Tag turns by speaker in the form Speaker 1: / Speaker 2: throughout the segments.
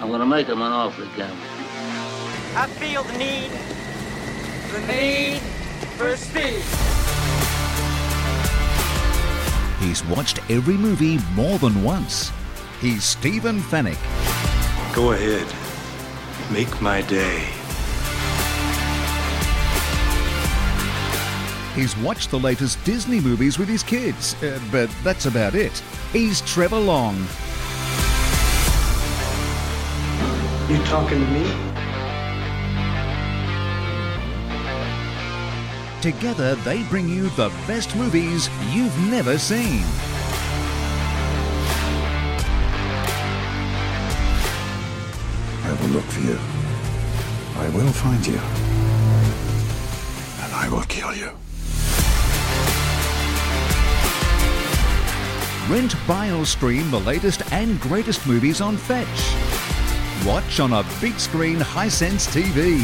Speaker 1: I'm going to make him an offer again.
Speaker 2: I feel the need, the need for speed.
Speaker 3: He's watched every movie more than once. He's Stephen Fennick.
Speaker 4: Go ahead. Make my day.
Speaker 3: He's watched the latest Disney movies with his kids, uh, but that's about it. He's Trevor Long.
Speaker 4: You talking to me?
Speaker 3: Together, they bring you the best movies you've never seen.
Speaker 5: I will look for you. I will find you. And I will kill you.
Speaker 3: Rent, buy, or stream the latest and greatest movies on Fetch. Watch on a big screen Hisense TV.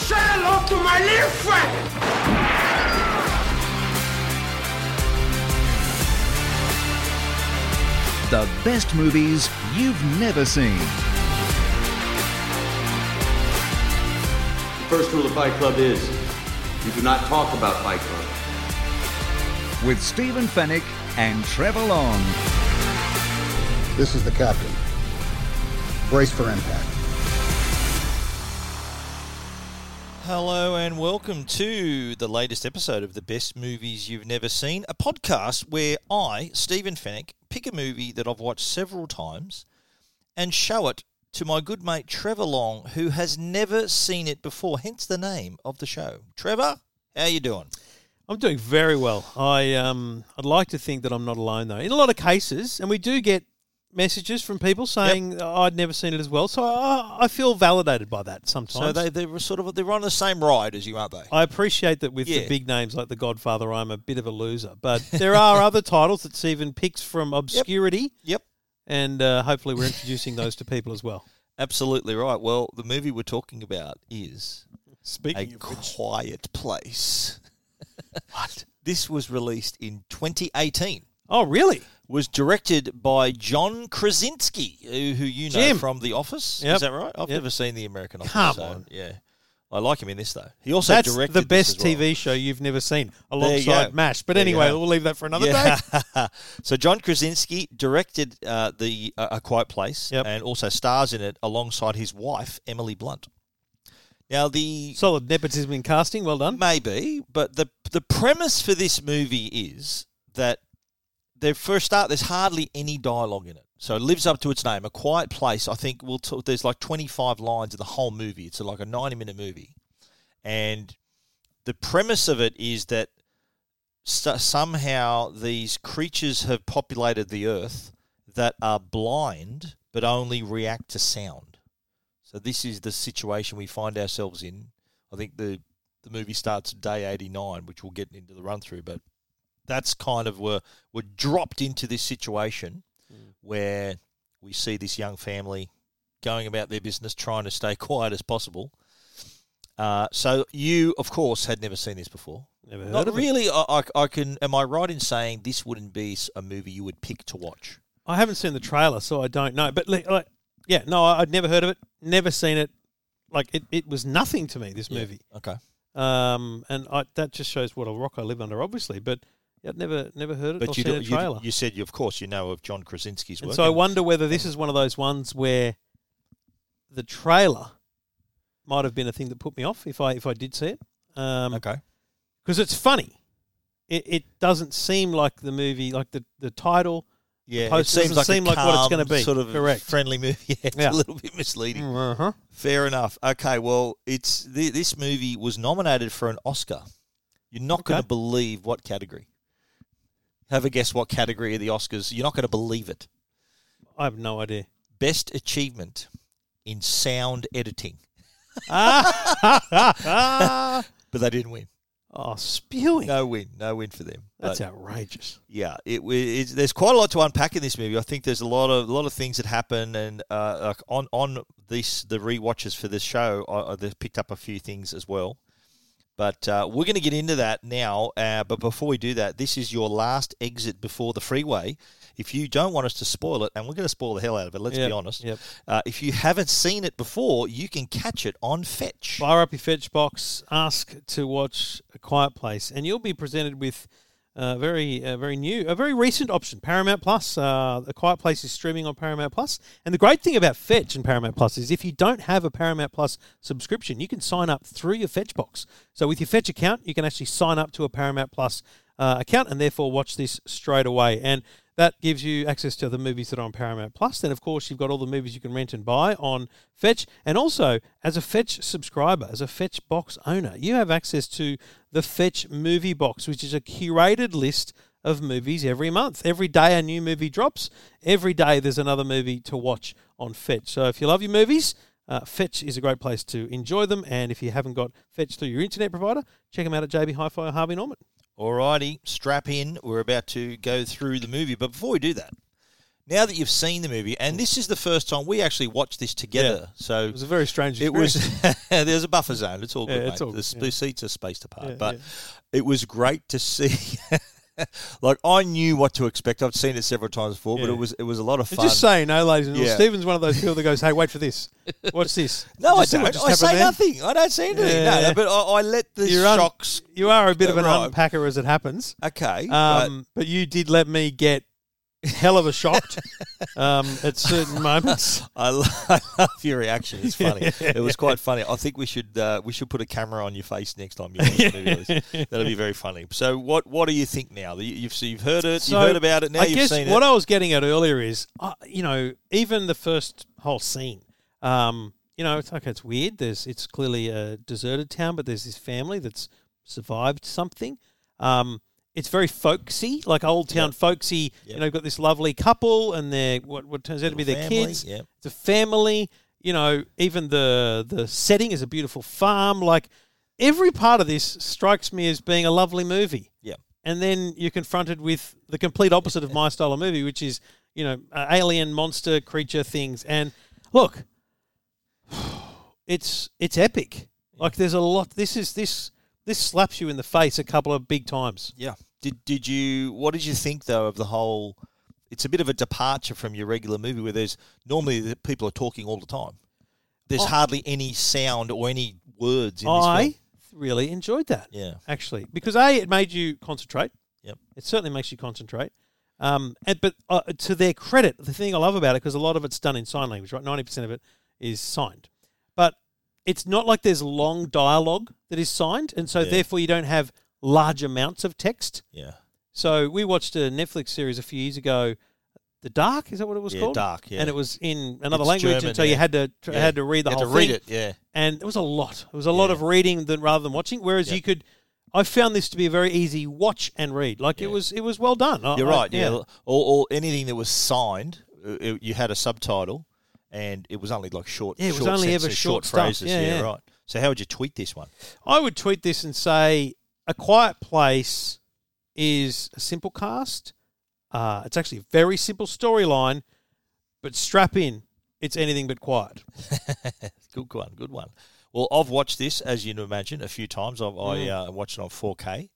Speaker 2: Say hello to my little friend!
Speaker 3: The best movies you've never seen.
Speaker 6: The first rule of Fight Club is you do not talk about Fight Club.
Speaker 3: With Stephen Fennick and Trevor Long.
Speaker 7: This is the captain. Brace for impact.
Speaker 8: Hello and welcome to the latest episode of the best movies you've never seen, a podcast where I, Stephen Fennick, pick a movie that I've watched several times and show it to my good mate Trevor Long, who has never seen it before. Hence the name of the show. Trevor, how you doing?
Speaker 9: I'm doing very well. I um, I'd like to think that I'm not alone though. In a lot of cases, and we do get messages from people saying "Oh, I'd never seen it as well. So I, I feel validated by that sometimes.
Speaker 8: So they they're sort of they're on the same ride as you, aren't they?
Speaker 9: I appreciate that with
Speaker 8: Yeah.
Speaker 9: the big names like The Godfather, I'm a bit of a loser. But there are other titles that Stephen picks from obscurity,
Speaker 8: Yep.
Speaker 9: and uh, hopefully we're introducing those to people as well.
Speaker 8: Absolutely right. Well, the movie we're talking about is
Speaker 9: Speaking
Speaker 8: A Quiet Place. what? This was released in 2018.
Speaker 9: oh really?
Speaker 8: Was directed by John Krasinski, who, who you know
Speaker 9: Jim.
Speaker 8: from The Office.
Speaker 9: Yep.
Speaker 8: Is that right? I've
Speaker 9: Yep.
Speaker 8: never seen The American Office.
Speaker 9: Come
Speaker 8: so,
Speaker 9: on.
Speaker 8: Yeah. I like him in this, though. He also
Speaker 9: That's
Speaker 8: directed
Speaker 9: the
Speaker 8: this
Speaker 9: best
Speaker 8: as well.
Speaker 9: TV show you've never seen,
Speaker 8: you
Speaker 9: alongside
Speaker 8: go.
Speaker 9: Mash. But
Speaker 8: There you
Speaker 9: anyway,
Speaker 8: go.
Speaker 9: we'll leave that for another day.
Speaker 8: Yeah. so John Krasinski directed uh, the uh, A Quiet Place
Speaker 9: Yep.
Speaker 8: and also stars in it alongside his wife Emily Blunt. Now the
Speaker 9: Solid nepotism in casting. Well done.
Speaker 8: maybe, but the the premise for this movie is that their first start there's hardly any dialogue in it. So it lives up to its name. A Quiet Place, I think we'll talk, there's like 25 lines in the whole movie. It's like a 90 minute movie. And the premise of it is that so- somehow these creatures have populated the earth that are blind but only react to sound. So this is the situation we find ourselves in. I think the the movie starts day 89, which we'll get into the run through, but that's kind of where we're dropped into this situation
Speaker 9: Mm.
Speaker 8: where we see this young family going about their business, trying to stay quiet as possible. Uh, so you, of course, had never seen this before.
Speaker 9: Never heard
Speaker 8: Not
Speaker 9: of it.
Speaker 8: really. I, I, I can. Am I right in saying this wouldn't be s- a movie you would pick to watch?
Speaker 9: I haven't seen the trailer, so I don't know. But like, like yeah, no, I- I'd never heard of it, never seen it. Like it, it was nothing to me. This movie,
Speaker 8: Okay.
Speaker 9: um, and I, that just shows what a rock I live under, obviously. But yeah, I'd never, never heard it or
Speaker 8: But you,
Speaker 9: seen
Speaker 8: do-
Speaker 9: a
Speaker 8: you,
Speaker 9: trailer.
Speaker 8: you said, you, of course, you know of John Krasinski's work.
Speaker 9: and so I
Speaker 8: and-
Speaker 9: wonder whether this is one of those ones where the trailer might have been a thing that put me off if I if I did see it. Um,
Speaker 8: Okay.
Speaker 9: because it's funny. It, it doesn't seem like the movie, like the, the title.
Speaker 8: Yeah, it
Speaker 9: post
Speaker 8: seems
Speaker 9: doesn't
Speaker 8: like,
Speaker 9: seem
Speaker 8: a
Speaker 9: like what it's
Speaker 8: calm,
Speaker 9: gonna be.
Speaker 8: Sort of
Speaker 9: Correct.
Speaker 8: friendly movie. Yeah, it's
Speaker 9: Yeah.
Speaker 8: a little bit misleading.
Speaker 9: Uh-huh.
Speaker 8: Fair enough. Okay, well, it's th- this movie was nominated for an Oscar. You're not going
Speaker 9: Okay.
Speaker 8: to believe what category. Have a guess what category of the Oscars? You're not going to believe it.
Speaker 9: I have no idea.
Speaker 8: Best achievement in sound editing,
Speaker 9: Ah,
Speaker 8: but they didn't win.
Speaker 9: oh, spewing.
Speaker 8: No win, no win for them.
Speaker 9: That's
Speaker 8: But-
Speaker 9: outrageous.
Speaker 8: Yeah, it, wa- it's, there's quite a lot to unpack in this movie. I think there's a lot of lot of things that happen, and uh, like on on this the rewatches for this show, I, I they've picked up a few things as well. But uh, we're going to get into that now. Uh, but before we do that, this is your last exit before the freeway. If you don't want us to spoil it, and we're going to spoil the hell out of it, let's
Speaker 9: Yep,
Speaker 8: be honest.
Speaker 9: yep.
Speaker 8: Uh, if you haven't seen it before, you can catch it on Fetch.
Speaker 9: Fire up your fetch box, ask to watch A Quiet Place, and you'll be presented with a very, uh very new, a very recent option, Paramount Plus. Uh, a Quiet Place is streaming on Paramount Plus, and the great thing about Fetch and Paramount Plus is if you don't have a Paramount Plus subscription, you can sign up through your Fetch box. So with your Fetch account, you can actually sign up to a Paramount Plus uh, account and therefore watch this straight away. And that gives you access to the movies that are on Paramount Plus. Then, of course, you've got all the movies you can rent and buy on Fetch. And also, as a Fetch subscriber, as a Fetch box owner, you have access to the Fetch movie box, which is a curated list of movies every month. Every day a new movie drops. Every day there's another movie to watch on Fetch. So if you love your movies, uh, Fetch is a great place to enjoy them. And if you haven't got Fetch through your internet provider, check them out at JB Hi-Fi or Harvey Norman.
Speaker 8: Alrighty, strap in. We're about to go through the movie, but before we do that, now that you've seen the movie, and this is the first time we actually watched this together, so
Speaker 9: It was a very strange
Speaker 8: it
Speaker 9: experience.
Speaker 8: was there's a buffer zone. It's all good,
Speaker 9: Yeah,
Speaker 8: mate.
Speaker 9: it's all
Speaker 8: the,
Speaker 9: good,
Speaker 8: sp-
Speaker 9: yeah.
Speaker 8: seats are spaced apart,
Speaker 9: Yeah,
Speaker 8: but
Speaker 9: yeah.
Speaker 8: it was great to see. like I knew what to expect. I've seen it several times before, but
Speaker 9: Yeah.
Speaker 8: it was it was a lot of
Speaker 9: And
Speaker 8: fun.
Speaker 9: Just saying, no, ladies and
Speaker 8: Yeah.
Speaker 9: gentlemen. Stephen's one of those people that goes, "Hey, wait for this. What's this?"
Speaker 8: no, I
Speaker 9: Just see what
Speaker 8: don't.
Speaker 9: just
Speaker 8: I
Speaker 9: happened
Speaker 8: say
Speaker 9: there.
Speaker 8: nothing. I don't say anything.
Speaker 9: Yeah,
Speaker 8: no, no,
Speaker 9: yeah.
Speaker 8: but I, I let the
Speaker 9: You're un-
Speaker 8: shocks.
Speaker 9: You are a bit of an
Speaker 8: Right.
Speaker 9: unpacker as it happens,
Speaker 8: Okay, but-
Speaker 9: um, but you did let me get hell of a shocked um, at certain moments.
Speaker 8: I lo- I love your reaction. It's funny. it was quite funny. I think we should uh, we should put a camera on your face next time you watch the movie. Lewis. That'll be very funny. So what what do you think now? You- You've so you've heard it.
Speaker 9: So,
Speaker 8: you've heard about it. Now
Speaker 9: I
Speaker 8: you've
Speaker 9: guess
Speaker 8: seen
Speaker 9: what
Speaker 8: it.
Speaker 9: I was getting at earlier is, uh, you know, even the first whole scene, um, you know, it's okay, it's weird. There's, it's clearly a deserted town, but there's this family that's survived something. Um, it's very folksy, like old town folksy.
Speaker 8: Yep.
Speaker 9: You know, you've got this lovely couple, and their what what turns out to be their
Speaker 8: Little family,
Speaker 9: kids.
Speaker 8: yep.
Speaker 9: It's a family. You know, even the the setting is a beautiful farm. Like every part of this strikes me as being a lovely movie
Speaker 8: yeah.
Speaker 9: and then you're confronted with the complete opposite of my style of movie, which is you know uh, alien monster creature things. And look, it's it's epic. Like there's a lot. This is this this slaps you in the face a couple of big times.
Speaker 8: Yeah. Did did you what did you think though of the whole it's a bit of a departure from your regular movie where there's normally the people are talking all the time. There's hardly any sound or any words in this film.
Speaker 9: Oh. I really enjoyed that.
Speaker 8: Yeah.
Speaker 9: actually, because a it made you concentrate.
Speaker 8: Yep.
Speaker 9: It certainly makes you concentrate. Um, and, but uh, to their credit, the thing I love about it, because a lot of it's done in sign language, right? 90% of it is signed. But it's not like there's long dialogue that is signed. And so, therefore, you don't have large amounts of text.
Speaker 8: Yeah.
Speaker 9: So, we watched a Netflix series a few years ago. The Dark is that what it was
Speaker 8: Yeah,
Speaker 9: called?
Speaker 8: Dark, yeah.
Speaker 9: and it was in another
Speaker 8: It's
Speaker 9: language,
Speaker 8: German,
Speaker 9: and so
Speaker 8: yeah.
Speaker 9: you had to tr-
Speaker 8: Yeah.
Speaker 9: had to read the
Speaker 8: You had
Speaker 9: whole
Speaker 8: to read
Speaker 9: thing
Speaker 8: it, yeah.
Speaker 9: and it was a lot. It was a lot
Speaker 8: Yeah.
Speaker 9: of reading than rather than watching. Whereas
Speaker 8: Yeah.
Speaker 9: you could, I found this to be a very easy watch and read. Like it was, it was well done. I-
Speaker 8: You're
Speaker 9: I-
Speaker 8: right. Yeah. Or, or anything that was signed, uh, it, you had a subtitle, and it was only like short.
Speaker 9: Yeah, it was
Speaker 8: short
Speaker 9: only ever
Speaker 8: sentences,
Speaker 9: short stuff.
Speaker 8: phrases.
Speaker 9: Yeah, yeah.
Speaker 8: right. So how would you tweet this one?
Speaker 9: I would tweet this and say, "A Quiet Place is a simple cast. Uh, it's actually a very simple storyline, but strap in. It's anything but quiet.
Speaker 8: Good one. Good one. Well, I've watched this as you can imagine a few times. I've,
Speaker 9: Mm.
Speaker 8: I uh, watched it on 4K,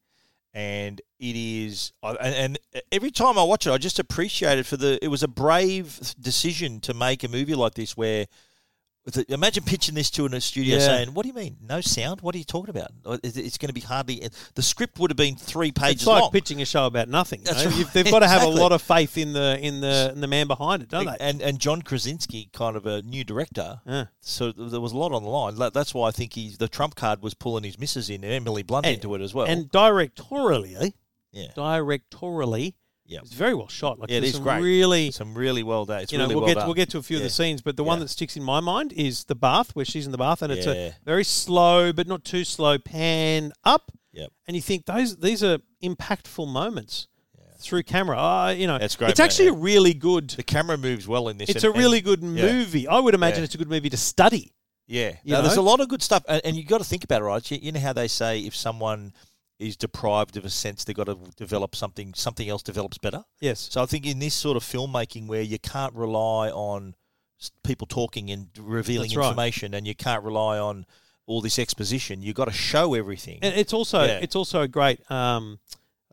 Speaker 8: and it is. I, and, and every time I watch it, I just appreciate it for the. It was a brave decision to make a movie like this where. with the- Imagine pitching this to in a studio
Speaker 9: Yeah.
Speaker 8: saying, "What do you mean, no sound? What are you talking about? It- It's going to be hardly." The script would have been three pages
Speaker 9: it's like
Speaker 8: long.
Speaker 9: pitching a show about nothing. you
Speaker 8: That's
Speaker 9: know?
Speaker 8: right.
Speaker 9: You've- They've got to have
Speaker 8: Exactly.
Speaker 9: a lot of faith in the in the in the man behind it, don't they?
Speaker 8: And and John Krasinski, kind of a new director,
Speaker 9: Yeah.
Speaker 8: so th- there was a lot on the line. That- That's why I think he's the trump card was pulling his missus in and Emily Blunt into it as well.
Speaker 9: And directorially,
Speaker 8: yeah,
Speaker 9: directorially,
Speaker 8: yeah,
Speaker 9: It's very well shot. Like
Speaker 8: yeah it
Speaker 9: there's
Speaker 8: is
Speaker 9: some
Speaker 8: great.
Speaker 9: Really,
Speaker 8: some really well done. It's
Speaker 9: you know,
Speaker 8: really
Speaker 9: we'll
Speaker 8: well
Speaker 9: get
Speaker 8: done.
Speaker 9: we'll get to a few of
Speaker 8: Yeah.
Speaker 9: the scenes, but the one
Speaker 8: Yeah.
Speaker 9: that sticks in my mind is the bath where she's in the bath, and it's
Speaker 8: Yeah.
Speaker 9: a very slow but not too slow pan up,
Speaker 8: Yep.
Speaker 9: and you think those these are impactful moments through camera. Ah, you know,
Speaker 8: That's great,
Speaker 9: It's
Speaker 8: mate,
Speaker 9: actually
Speaker 8: yeah.
Speaker 9: a really good.
Speaker 8: The camera moves well in this.
Speaker 9: It's
Speaker 8: and-
Speaker 9: a really
Speaker 8: and-
Speaker 9: good
Speaker 8: yeah.
Speaker 9: movie. I would imagine
Speaker 8: Yeah.
Speaker 9: it's a good movie to study.
Speaker 8: Yeah,
Speaker 9: You
Speaker 8: no, there's a
Speaker 9: know?
Speaker 8: lot of good stuff, and, and you got to think about it, right? You, you know how they say if someone is deprived of a sense, they've got to develop something. Something else develops better.
Speaker 9: Yes.
Speaker 8: So I think in this sort of filmmaking where you can't rely on s- people talking and revealing
Speaker 9: That's right.
Speaker 8: information, and you can't rely on all this exposition, you've got to show everything.
Speaker 9: And it's also
Speaker 8: Yeah.
Speaker 9: it's also a great um,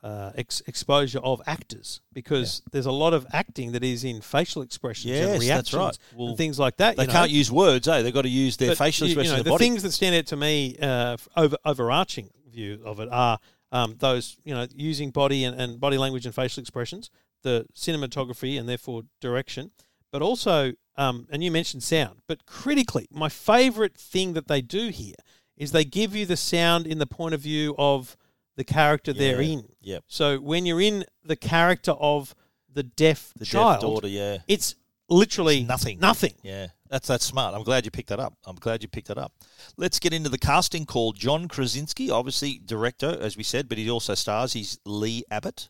Speaker 9: uh, ex- exposure of actors because there's a lot of acting that is in facial expressions and
Speaker 8: Yes, that's
Speaker 9: reactions
Speaker 8: right. Well,
Speaker 9: and things like that.
Speaker 8: They
Speaker 9: you know.
Speaker 8: can't use words, eh? They've got to use their
Speaker 9: But
Speaker 8: facial
Speaker 9: you- you
Speaker 8: expression
Speaker 9: know,
Speaker 8: of
Speaker 9: the
Speaker 8: the body.
Speaker 9: things that stand out to me, uh, f- over, overarching view of it, are um, those you know using body and, and body language and facial expressions, the cinematography and therefore direction, but also um, and you mentioned sound, but critically, my favourite thing that they do here is they give you the sound in the point of view of the character they're
Speaker 8: Yeah.
Speaker 9: in.
Speaker 8: Yep.
Speaker 9: So when you're in the character of the deaf
Speaker 8: The deaf
Speaker 9: child,
Speaker 8: daughter, yeah.
Speaker 9: it's literally
Speaker 8: It's nothing.
Speaker 9: Nothing.
Speaker 8: Yeah, that's that's smart. I'm glad you picked that up. I'm glad you picked that up. Let's get into the casting call. John Krasinski, obviously director, as we said, but he also stars. He's Lee Abbott.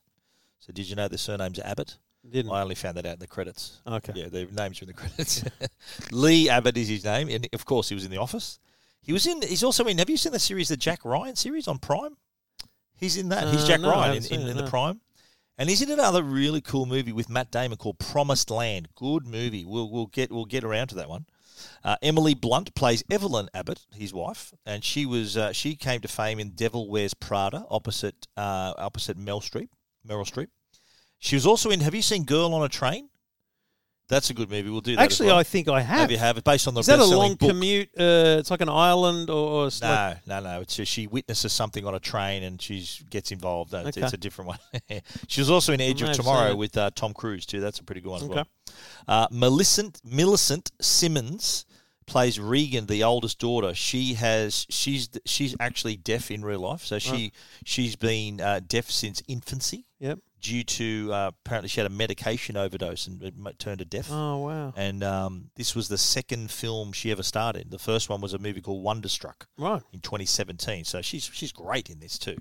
Speaker 8: So did you know the surname's Abbott?
Speaker 9: Didn't.
Speaker 8: I only found that out in the credits.
Speaker 9: Okay.
Speaker 8: Yeah, their names are in the credits. Lee Abbott is his name, and of course he was in The Office. He was in. He's also in. Have you seen the series, the Jack Ryan series on Prime? He's in that. He's
Speaker 9: Uh,
Speaker 8: Jack
Speaker 9: no, I
Speaker 8: Ryan
Speaker 9: haven't
Speaker 8: in,
Speaker 9: seen
Speaker 8: in,
Speaker 9: it,
Speaker 8: in the
Speaker 9: no.
Speaker 8: Prime. And he's in another really cool movie with Matt Damon called Promised Land. Good movie. We'll we'll get we'll get around to that one. Uh, Emily Blunt plays Evelyn Abbott, his wife, and she was uh, she came to fame in Devil Wears Prada opposite uh, opposite Mel Streep, Meryl Streep. She was also in. Have you seen Girl on a Train? That's a good movie. We'll do that. as
Speaker 9: Actually,
Speaker 8: well.
Speaker 9: I think I have.
Speaker 8: have you have it based on the
Speaker 9: Is that a
Speaker 8: best-selling
Speaker 9: long
Speaker 8: book.
Speaker 9: commute? Uh, it's like an island or, or it's like-
Speaker 8: No, no, no. It's just she witnesses something on a train and she gets involved. No, it's-
Speaker 9: Okay.
Speaker 8: It's a different one. she was also in Edge
Speaker 9: may
Speaker 8: of
Speaker 9: have seen
Speaker 8: Tomorrow
Speaker 9: it.
Speaker 8: with uh, Tom Cruise too. That's a pretty good one as
Speaker 9: Okay.
Speaker 8: well. Uh, Millicent Millicent Simmons plays Regan, the oldest daughter. She has she's she's actually deaf in real life, so she she's been uh, deaf since infancy
Speaker 9: Yep.
Speaker 8: due to uh, apparently she had a medication overdose and it m- turned her deaf.
Speaker 9: Oh wow.
Speaker 8: And um, this was the second film she ever starred in. The first one was a movie called Wonderstruck
Speaker 9: Right.
Speaker 8: in 2017. So she's she's great in this too.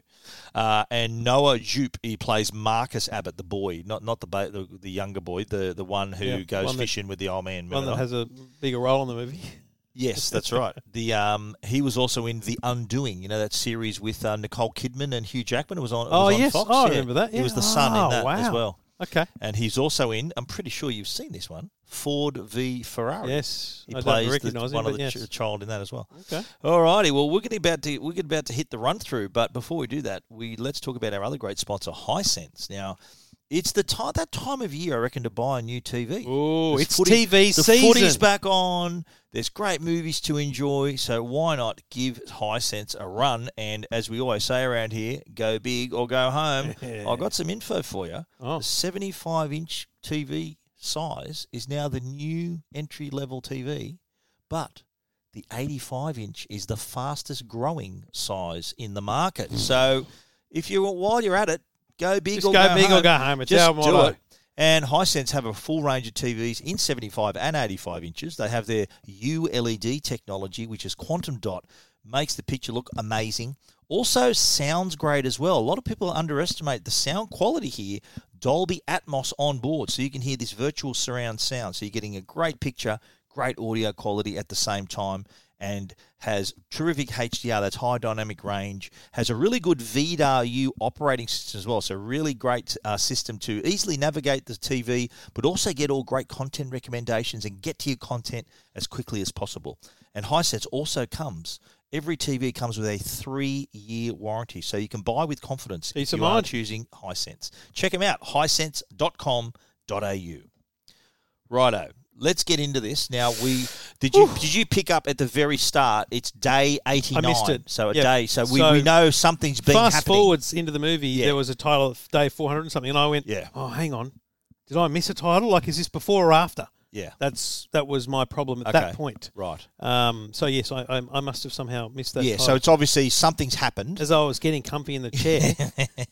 Speaker 8: Uh, and Noah Jupe, he plays Marcus Abbott, the boy, not not the ba- the, the younger boy, the the one who
Speaker 9: Yeah,
Speaker 8: goes
Speaker 9: one that-
Speaker 8: fishing with the old man.
Speaker 9: One
Speaker 8: remember
Speaker 9: that has
Speaker 8: that?
Speaker 9: a bigger role in the movie.
Speaker 8: yes, that's right. The um, he was also in The Undoing. You know that series with uh, Nicole Kidman and Hugh Jackman. It was on. It
Speaker 9: Oh
Speaker 8: was on
Speaker 9: yes,
Speaker 8: Fox.
Speaker 9: oh, I
Speaker 8: yeah.
Speaker 9: remember that.
Speaker 8: He
Speaker 9: yeah.
Speaker 8: was the son
Speaker 9: Oh,
Speaker 8: in that as
Speaker 9: wow.
Speaker 8: well.
Speaker 9: Okay.
Speaker 8: And he's also in. I'm pretty sure you've seen this one. Ford v Ferrari.
Speaker 9: Yes,
Speaker 8: He
Speaker 9: I
Speaker 8: plays
Speaker 9: don't
Speaker 8: the-
Speaker 9: recognise him,
Speaker 8: one of
Speaker 9: but
Speaker 8: the
Speaker 9: yes.
Speaker 8: ch- child in that as well.
Speaker 9: Okay.
Speaker 8: All righty. Well, we're going about to we're gonna about to hit the run through, but before we do that, we let's talk about our other great sponsor, Hisense. Now, it's the time that time of year I reckon to buy a new TV.
Speaker 9: Ooh,
Speaker 8: There's
Speaker 9: it's TV
Speaker 8: the
Speaker 9: season.
Speaker 8: footy's back on. There's great movies to enjoy, so why not give Hisense a run? And as we always say around here, go big or go home. I've got some info for you.
Speaker 9: Oh.
Speaker 8: The 75 inch TV size is now the new entry level TV, but the 85 inch is the fastest growing size in the market. So if you while you're at it, go big
Speaker 9: Just
Speaker 8: or
Speaker 9: go
Speaker 8: go
Speaker 9: big or
Speaker 8: home.
Speaker 9: go home. It's
Speaker 8: Just
Speaker 9: our motto.
Speaker 8: do it. And Hisense have a full range of TVs in 75 and 85 inches. They have their ULED technology, which is quantum dot, makes the picture look amazing. Also, sounds great as well. A lot of people underestimate the sound quality here. Dolby Atmos on board, so you can hear this virtual surround sound. So you're getting a great picture, great audio quality at the same time and has terrific HDR, that's high dynamic range, has a really good VDRU operating system as well. So, really great uh, system to easily navigate the TV, but also get all great content recommendations and get to your content as quickly as possible. And Hisense also comes. Every TV comes with a three-year warranty, so you can buy with confidence
Speaker 9: Peace
Speaker 8: if
Speaker 9: of
Speaker 8: you are
Speaker 9: mind.
Speaker 8: choosing Hisense. Check them out, hisense.com.au. Righto. Let's get into this. Now we did you did you pick up at the very start? It's day eighty nine.
Speaker 9: missed it.
Speaker 8: So a
Speaker 9: Yeah.
Speaker 8: day. So we,
Speaker 9: So
Speaker 8: we know something's been
Speaker 9: Fast
Speaker 8: happening.
Speaker 9: forwards into the movie,
Speaker 8: Yeah.
Speaker 9: there was a title of day four hundred and something, and I went,
Speaker 8: Yeah.
Speaker 9: oh, hang on, did I miss a title? Like, is this before or after?
Speaker 8: Yeah.
Speaker 9: That's that was my problem at
Speaker 8: Okay.
Speaker 9: that point.
Speaker 8: Right.
Speaker 9: Um. So yes, I I, I must have somehow missed that.
Speaker 8: yeah.
Speaker 9: title.
Speaker 8: So it's obviously something's happened.
Speaker 9: as I was getting comfy in the chair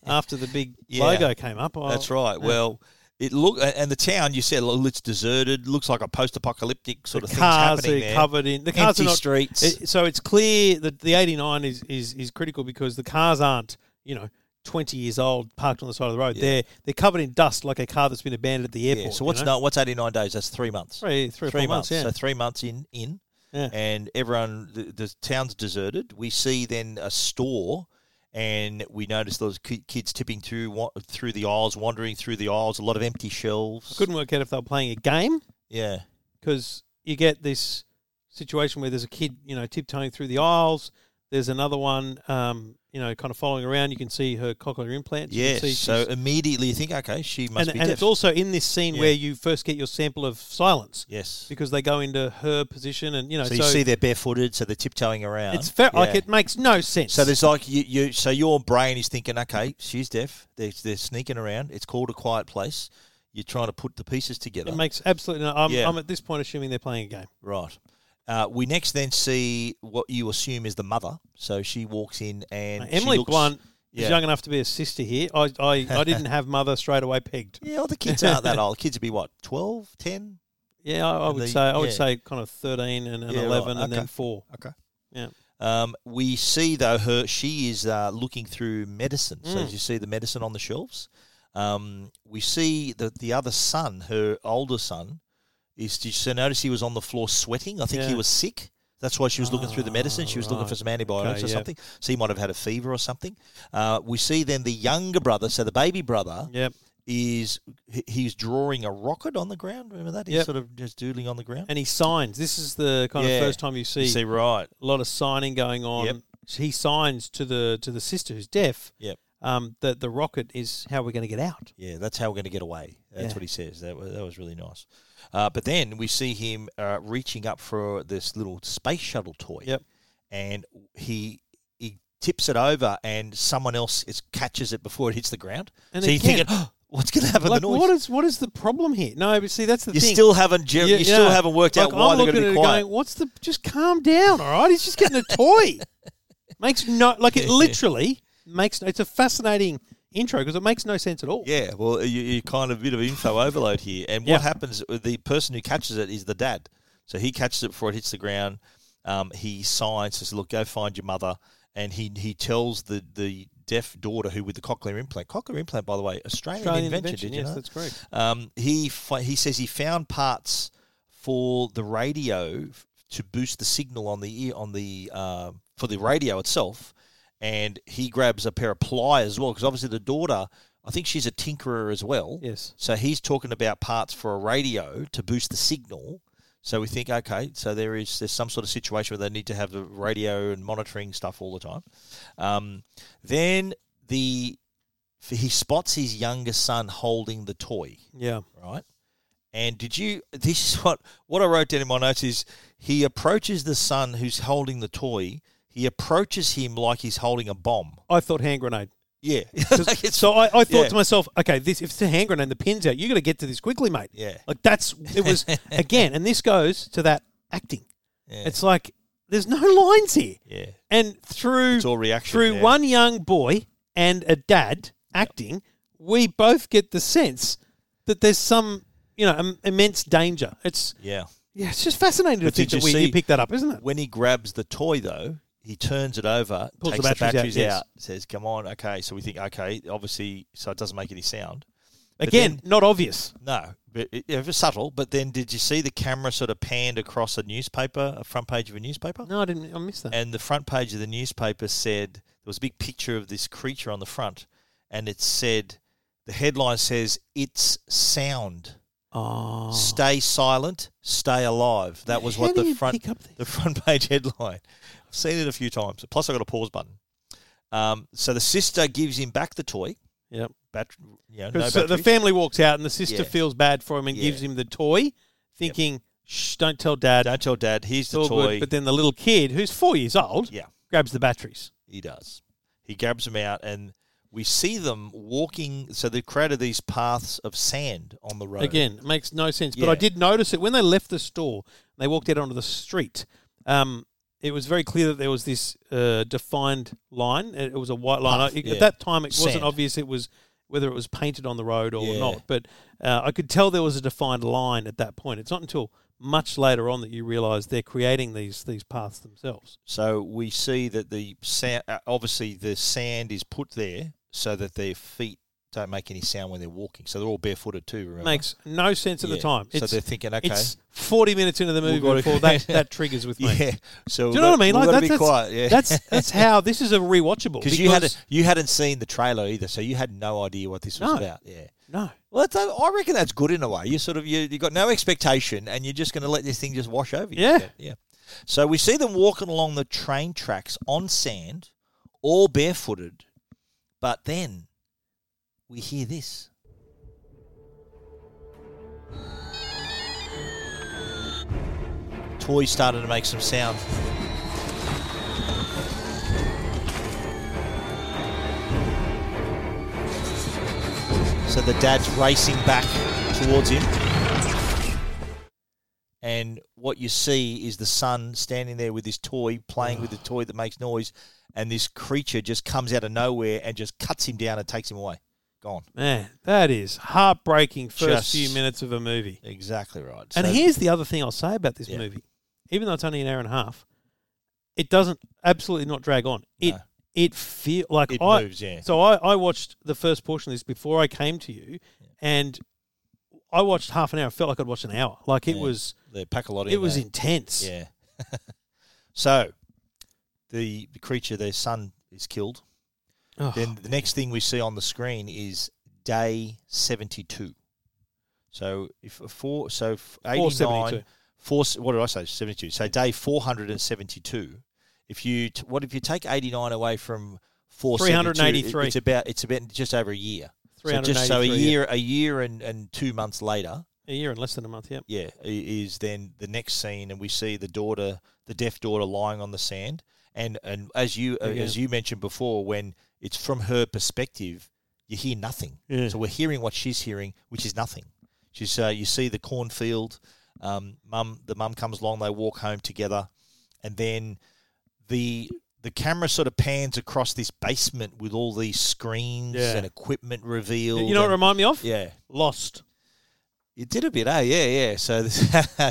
Speaker 9: after the big
Speaker 8: Yeah.
Speaker 9: logo came up. I,
Speaker 8: That's right. Well. It look and the town you said well, it's deserted. Looks like a post-apocalyptic sort
Speaker 9: the
Speaker 8: of things
Speaker 9: cars
Speaker 8: happening
Speaker 9: are
Speaker 8: there.
Speaker 9: covered in the cars
Speaker 8: Empty
Speaker 9: are not,
Speaker 8: streets.
Speaker 9: it- so it's clear that the eighty nine is, is is critical because the cars aren't you know twenty years old parked on the side of the road. They're they're covered in dust like a car that's been abandoned at the airport.
Speaker 8: yeah. So what's
Speaker 9: you know?
Speaker 8: no, what's eighty-nine days? That's three months.
Speaker 9: Three- three or four months, yeah.
Speaker 8: So three months in in.
Speaker 9: Yeah.
Speaker 8: and everyone the, the town's deserted. We see then a store, and we notice those ki- kids tipping through wa- through the aisles, wandering through the aisles. A lot of empty shelves.
Speaker 9: Couldn't work out if they were playing a game
Speaker 8: Yeah,
Speaker 9: because you get this situation where there's a kid you know tiptoeing through the aisles. There's another one. Um, you know, kind of following around. You can see her cochlear implants. You
Speaker 8: Yes.
Speaker 9: can see
Speaker 8: So
Speaker 9: she's-
Speaker 8: immediately you think, okay, she must
Speaker 9: and,
Speaker 8: be
Speaker 9: and
Speaker 8: deaf.
Speaker 9: it's also in this scene
Speaker 8: Yeah.
Speaker 9: where you first get your sample of silence.
Speaker 8: Yes.
Speaker 9: Because they go into her position, and you know, so,
Speaker 8: so you see they're barefooted, so they're tiptoeing around.
Speaker 9: it's fair, like
Speaker 8: Yeah.
Speaker 9: it makes no sense.
Speaker 8: So there's like you, you. So your brain is thinking, okay, she's deaf. They're, they're sneaking around. It's called a quiet place. You're trying to put the pieces together.
Speaker 9: it makes absolutely no. I'm,
Speaker 8: Yeah.
Speaker 9: I'm at this point assuming they're playing a game.
Speaker 8: Right. Uh, we next then see what you assume is the mother. So she walks in and
Speaker 9: Now,
Speaker 8: she
Speaker 9: Emily
Speaker 8: looks-
Speaker 9: Blunt
Speaker 8: Yeah.
Speaker 9: is young enough to be a sister here. I, I, I didn't have mother straight away pegged.
Speaker 8: Yeah, well, the kids aren't that old. Kids would be what, 12, 10?
Speaker 9: Yeah, I, I would
Speaker 8: The-
Speaker 9: say I would
Speaker 8: yeah.
Speaker 9: say kind of thirteen and, and
Speaker 8: Yeah, right,
Speaker 9: eleven, and
Speaker 8: okay.
Speaker 9: then four.
Speaker 8: Okay.
Speaker 9: Yeah.
Speaker 8: Um, we see though her she is uh, looking through medicine. So
Speaker 9: Mm.
Speaker 8: you see the medicine on the shelves. Um, we see that the other son, her older son, is. Did you so notice he was on the floor sweating? I think he
Speaker 9: Yeah.
Speaker 8: was sick. That's why she was looking through the medicine. She was looking for
Speaker 9: right.
Speaker 8: some antibiotics
Speaker 9: Okay,
Speaker 8: or
Speaker 9: yeah.
Speaker 8: something. So he might have had a fever or something. Uh, we see then the younger brother, so the baby brother,
Speaker 9: Yep.
Speaker 8: is he- he's drawing a rocket on the ground. Remember that? He's
Speaker 9: Yep.
Speaker 8: sort of just doodling on the ground.
Speaker 9: And he signs. This is the kind
Speaker 8: Yeah.
Speaker 9: of first time you see,
Speaker 8: you see, right?
Speaker 9: a lot of signing going on.
Speaker 8: Yep.
Speaker 9: He signs to the to the sister who's deaf.
Speaker 8: Yep.
Speaker 9: Um, that the rocket is how we're going to get out.
Speaker 8: Yeah, that's how we're going to get away. That's
Speaker 9: Yeah.
Speaker 8: what he says. That was, that was really nice. Uh, but then we see him uh, reaching up for this little space shuttle toy.
Speaker 9: Yep.
Speaker 8: And he he tips it over, and someone else is, catches it before it hits the ground.
Speaker 9: And
Speaker 8: so you're
Speaker 9: again-
Speaker 8: thinking, "Oh, what's going to happen?
Speaker 9: Like,
Speaker 8: the noise.
Speaker 9: what is what is the problem here? No, but see, that's the
Speaker 8: you
Speaker 9: thing.
Speaker 8: still haven't ge- you,
Speaker 9: Yeah,
Speaker 8: still
Speaker 9: yeah.
Speaker 8: haven't worked out
Speaker 9: Like,
Speaker 8: why
Speaker 9: I'm
Speaker 8: they're going
Speaker 9: looking
Speaker 8: to
Speaker 9: at
Speaker 8: be
Speaker 9: it
Speaker 8: quiet.
Speaker 9: Going, What's the? Just calm down, all right? He's just getting a toy. makes no like it literally makes. no- It's a fascinating intro because it makes no sense at all.
Speaker 8: yeah, well, you, you kind of a bit of info overload here. And
Speaker 9: Yeah.
Speaker 8: what happens? uh, The person who catches it is the dad. So he catches it before it hits the ground. Um, he signs, says, "Look, go find your mother." And he he tells the the deaf daughter who with the cochlear implant. Cochlear implant, by the way, Australian,
Speaker 9: Australian
Speaker 8: invention.
Speaker 9: invention,
Speaker 8: did you
Speaker 9: yes,
Speaker 8: know?
Speaker 9: that's correct.
Speaker 8: Um, he fi- he says he found parts for the radio f- to boost the signal on the ear on the uh, for the radio itself, and he grabs a pair of pliers as well because obviously the daughter, I think she's a tinkerer as well.
Speaker 9: Yes.
Speaker 8: So he's talking about parts for a radio to boost the signal. So we think, okay, so there is there's some sort of situation where they need to have the radio and monitoring stuff all the time. Um, then the he spots his younger son holding the toy
Speaker 9: Yeah.
Speaker 8: right? And did you? This is what what I wrote down in my notes is he approaches the son who's holding the toy. He approaches him like he's holding a bomb.
Speaker 9: I thought hand grenade.
Speaker 8: Yeah,
Speaker 9: 'Cause-
Speaker 8: Like it's-
Speaker 9: so I, I thought
Speaker 8: yeah.
Speaker 9: to myself, okay, this if it's a hand grenade, and the pin's out. You got to get to this quickly, mate.
Speaker 8: Yeah.
Speaker 9: Like that's it was again, and this goes to that acting.
Speaker 8: Yeah.
Speaker 9: It's like there's no lines here.
Speaker 8: yeah,
Speaker 9: And through
Speaker 8: It's all reaction,
Speaker 9: through
Speaker 8: yeah.
Speaker 9: one young boy and a dad acting, we both get the sense that there's some you know im- immense danger. It's
Speaker 8: yeah.
Speaker 9: yeah, it's just fascinating
Speaker 8: But
Speaker 9: to think
Speaker 8: did
Speaker 9: that we
Speaker 8: you see-
Speaker 9: you pick that up, isn't it?
Speaker 8: When he grabs the toy though, he turns it over,
Speaker 9: Pulls the
Speaker 8: takes the batteries,
Speaker 9: batteries out, yes.
Speaker 8: out, says, "Come on, okay." So we think, okay, obviously, so it doesn't make any sound. But
Speaker 9: Again,
Speaker 8: then-
Speaker 9: not obvious.
Speaker 8: No, but it, it was subtle. But then, did you see the camera sort of panned across a newspaper, a front page of a newspaper?
Speaker 9: No, I didn't. I missed that.
Speaker 8: and the front page of the newspaper said there was a big picture of this creature on the front, and it said the headline says it's sound.
Speaker 9: oh,
Speaker 8: Stay silent, stay alive. That was
Speaker 9: How
Speaker 8: what
Speaker 9: do
Speaker 8: the
Speaker 9: you
Speaker 8: front
Speaker 9: pick up the-
Speaker 8: the front page headline. I've seen it a few times. Plus, I got a pause button. Um, so the sister gives him back the toy.
Speaker 9: Yep.
Speaker 8: Bat- you know, no
Speaker 9: 'Cause, uh, the
Speaker 8: batteries.
Speaker 9: family walks out, and the sister
Speaker 8: Yeah.
Speaker 9: feels bad for him and
Speaker 8: Yeah.
Speaker 9: gives him the toy, thinking, "Shh, don't tell dad."
Speaker 8: Don't tell dad. Here's
Speaker 9: it's
Speaker 8: the
Speaker 9: all
Speaker 8: toy.
Speaker 9: good. But then the little kid, who's four years old,
Speaker 8: yeah.
Speaker 9: grabs the batteries.
Speaker 8: He does. He grabs them out, and we see them walking. So they've created these paths of sand on the road.
Speaker 9: Again, it makes no sense. But
Speaker 8: Yeah.
Speaker 9: I did notice it when they left the store. They walked out onto the street. Um, it was very clear that there was this uh, defined line. It it was a white line.
Speaker 8: Path,
Speaker 9: I- it-
Speaker 8: yeah.
Speaker 9: At that time, it
Speaker 8: Sand.
Speaker 9: wasn't obvious. It was whether it was painted on the road or
Speaker 8: Yeah.
Speaker 9: not. But uh, I could tell there was a defined line at that point. It's not until much later on that you realise they're creating these these paths themselves.
Speaker 8: So we see that the sand, uh, obviously the sand is put there so that their feet don't make any sound when they're walking. So they're all barefooted too. Remember?
Speaker 9: Makes no sense at
Speaker 8: Yeah.
Speaker 9: the time.
Speaker 8: So they're thinking, okay.
Speaker 9: it's forty minutes into the movie
Speaker 8: gotta-
Speaker 9: before that that triggers with me.
Speaker 8: yeah. So
Speaker 9: Do you know what I mean?
Speaker 8: We've
Speaker 9: Like
Speaker 8: got
Speaker 9: that's
Speaker 8: to be quiet. Yeah.
Speaker 9: that's, that's that's how this is a rewatchable
Speaker 8: because you had you hadn't seen the trailer either, so you had no idea what this was
Speaker 9: No.
Speaker 8: about. Yeah.
Speaker 9: no.
Speaker 8: Well, that's, I reckon that's good in a way. You sort of you you got no expectation, and you're just going to let this thing just wash over you.
Speaker 9: Yeah.
Speaker 8: yeah. So we see them walking along the train tracks on sand, all barefooted. But then we hear this. Toy started to make some sound. So the dad's racing back towards him. And what you see is the son standing there with his toy, playing with the toy that makes noise, and this creature just comes out of nowhere and just cuts him down and takes him away. Gone.
Speaker 9: Man, that is heartbreaking first
Speaker 8: Just-
Speaker 9: few minutes of a movie.
Speaker 8: Exactly right.
Speaker 9: And
Speaker 8: So-
Speaker 9: here's the other thing I'll say about this
Speaker 8: Yeah.
Speaker 9: movie. Even though it's only an hour and a half, it doesn't absolutely not drag on. It
Speaker 8: No.
Speaker 9: it feel like
Speaker 8: It
Speaker 9: I,
Speaker 8: moves, yeah.
Speaker 9: So I, I watched the first portion of this before I came to you and I watched half an hour. It felt like I'd watched an hour. Like it
Speaker 8: Yeah.
Speaker 9: was
Speaker 8: the Pacolotti.
Speaker 9: it was
Speaker 8: in.
Speaker 9: intense.
Speaker 8: Yeah. so the, the creature, their son, is killed.
Speaker 9: Oh,
Speaker 8: Then the next thing we see on the screen is day 72. So if a four, so f- 89,
Speaker 9: 472.
Speaker 8: four, what did I say? 72. So day 472. If you, t- what if you take 89 away from 472? it-
Speaker 9: 383.
Speaker 8: It's about, it's about just over a year. So
Speaker 9: 383,
Speaker 8: just so a
Speaker 9: yeah.
Speaker 8: year, a year and, and two months later,
Speaker 9: a year and less than a month, yeah.
Speaker 8: yeah, i- is then the next scene, and we see the daughter, the deaf daughter, lying on the sand, and and as you uh,
Speaker 9: Yeah.
Speaker 8: as you mentioned before, when it's from her perspective, you hear nothing.
Speaker 9: Yeah.
Speaker 8: So we're hearing what she's hearing, which is nothing. She's uh, you see the cornfield. Um, mum, the mum comes along. They walk home together, and then the the camera sort of pans across this basement with all these screens
Speaker 9: Yeah.
Speaker 8: and equipment revealed.
Speaker 9: You know what it
Speaker 8: and-
Speaker 9: reminded me of?
Speaker 8: yeah,
Speaker 9: Lost.
Speaker 8: it did a bit, eh? Yeah, yeah. So, this,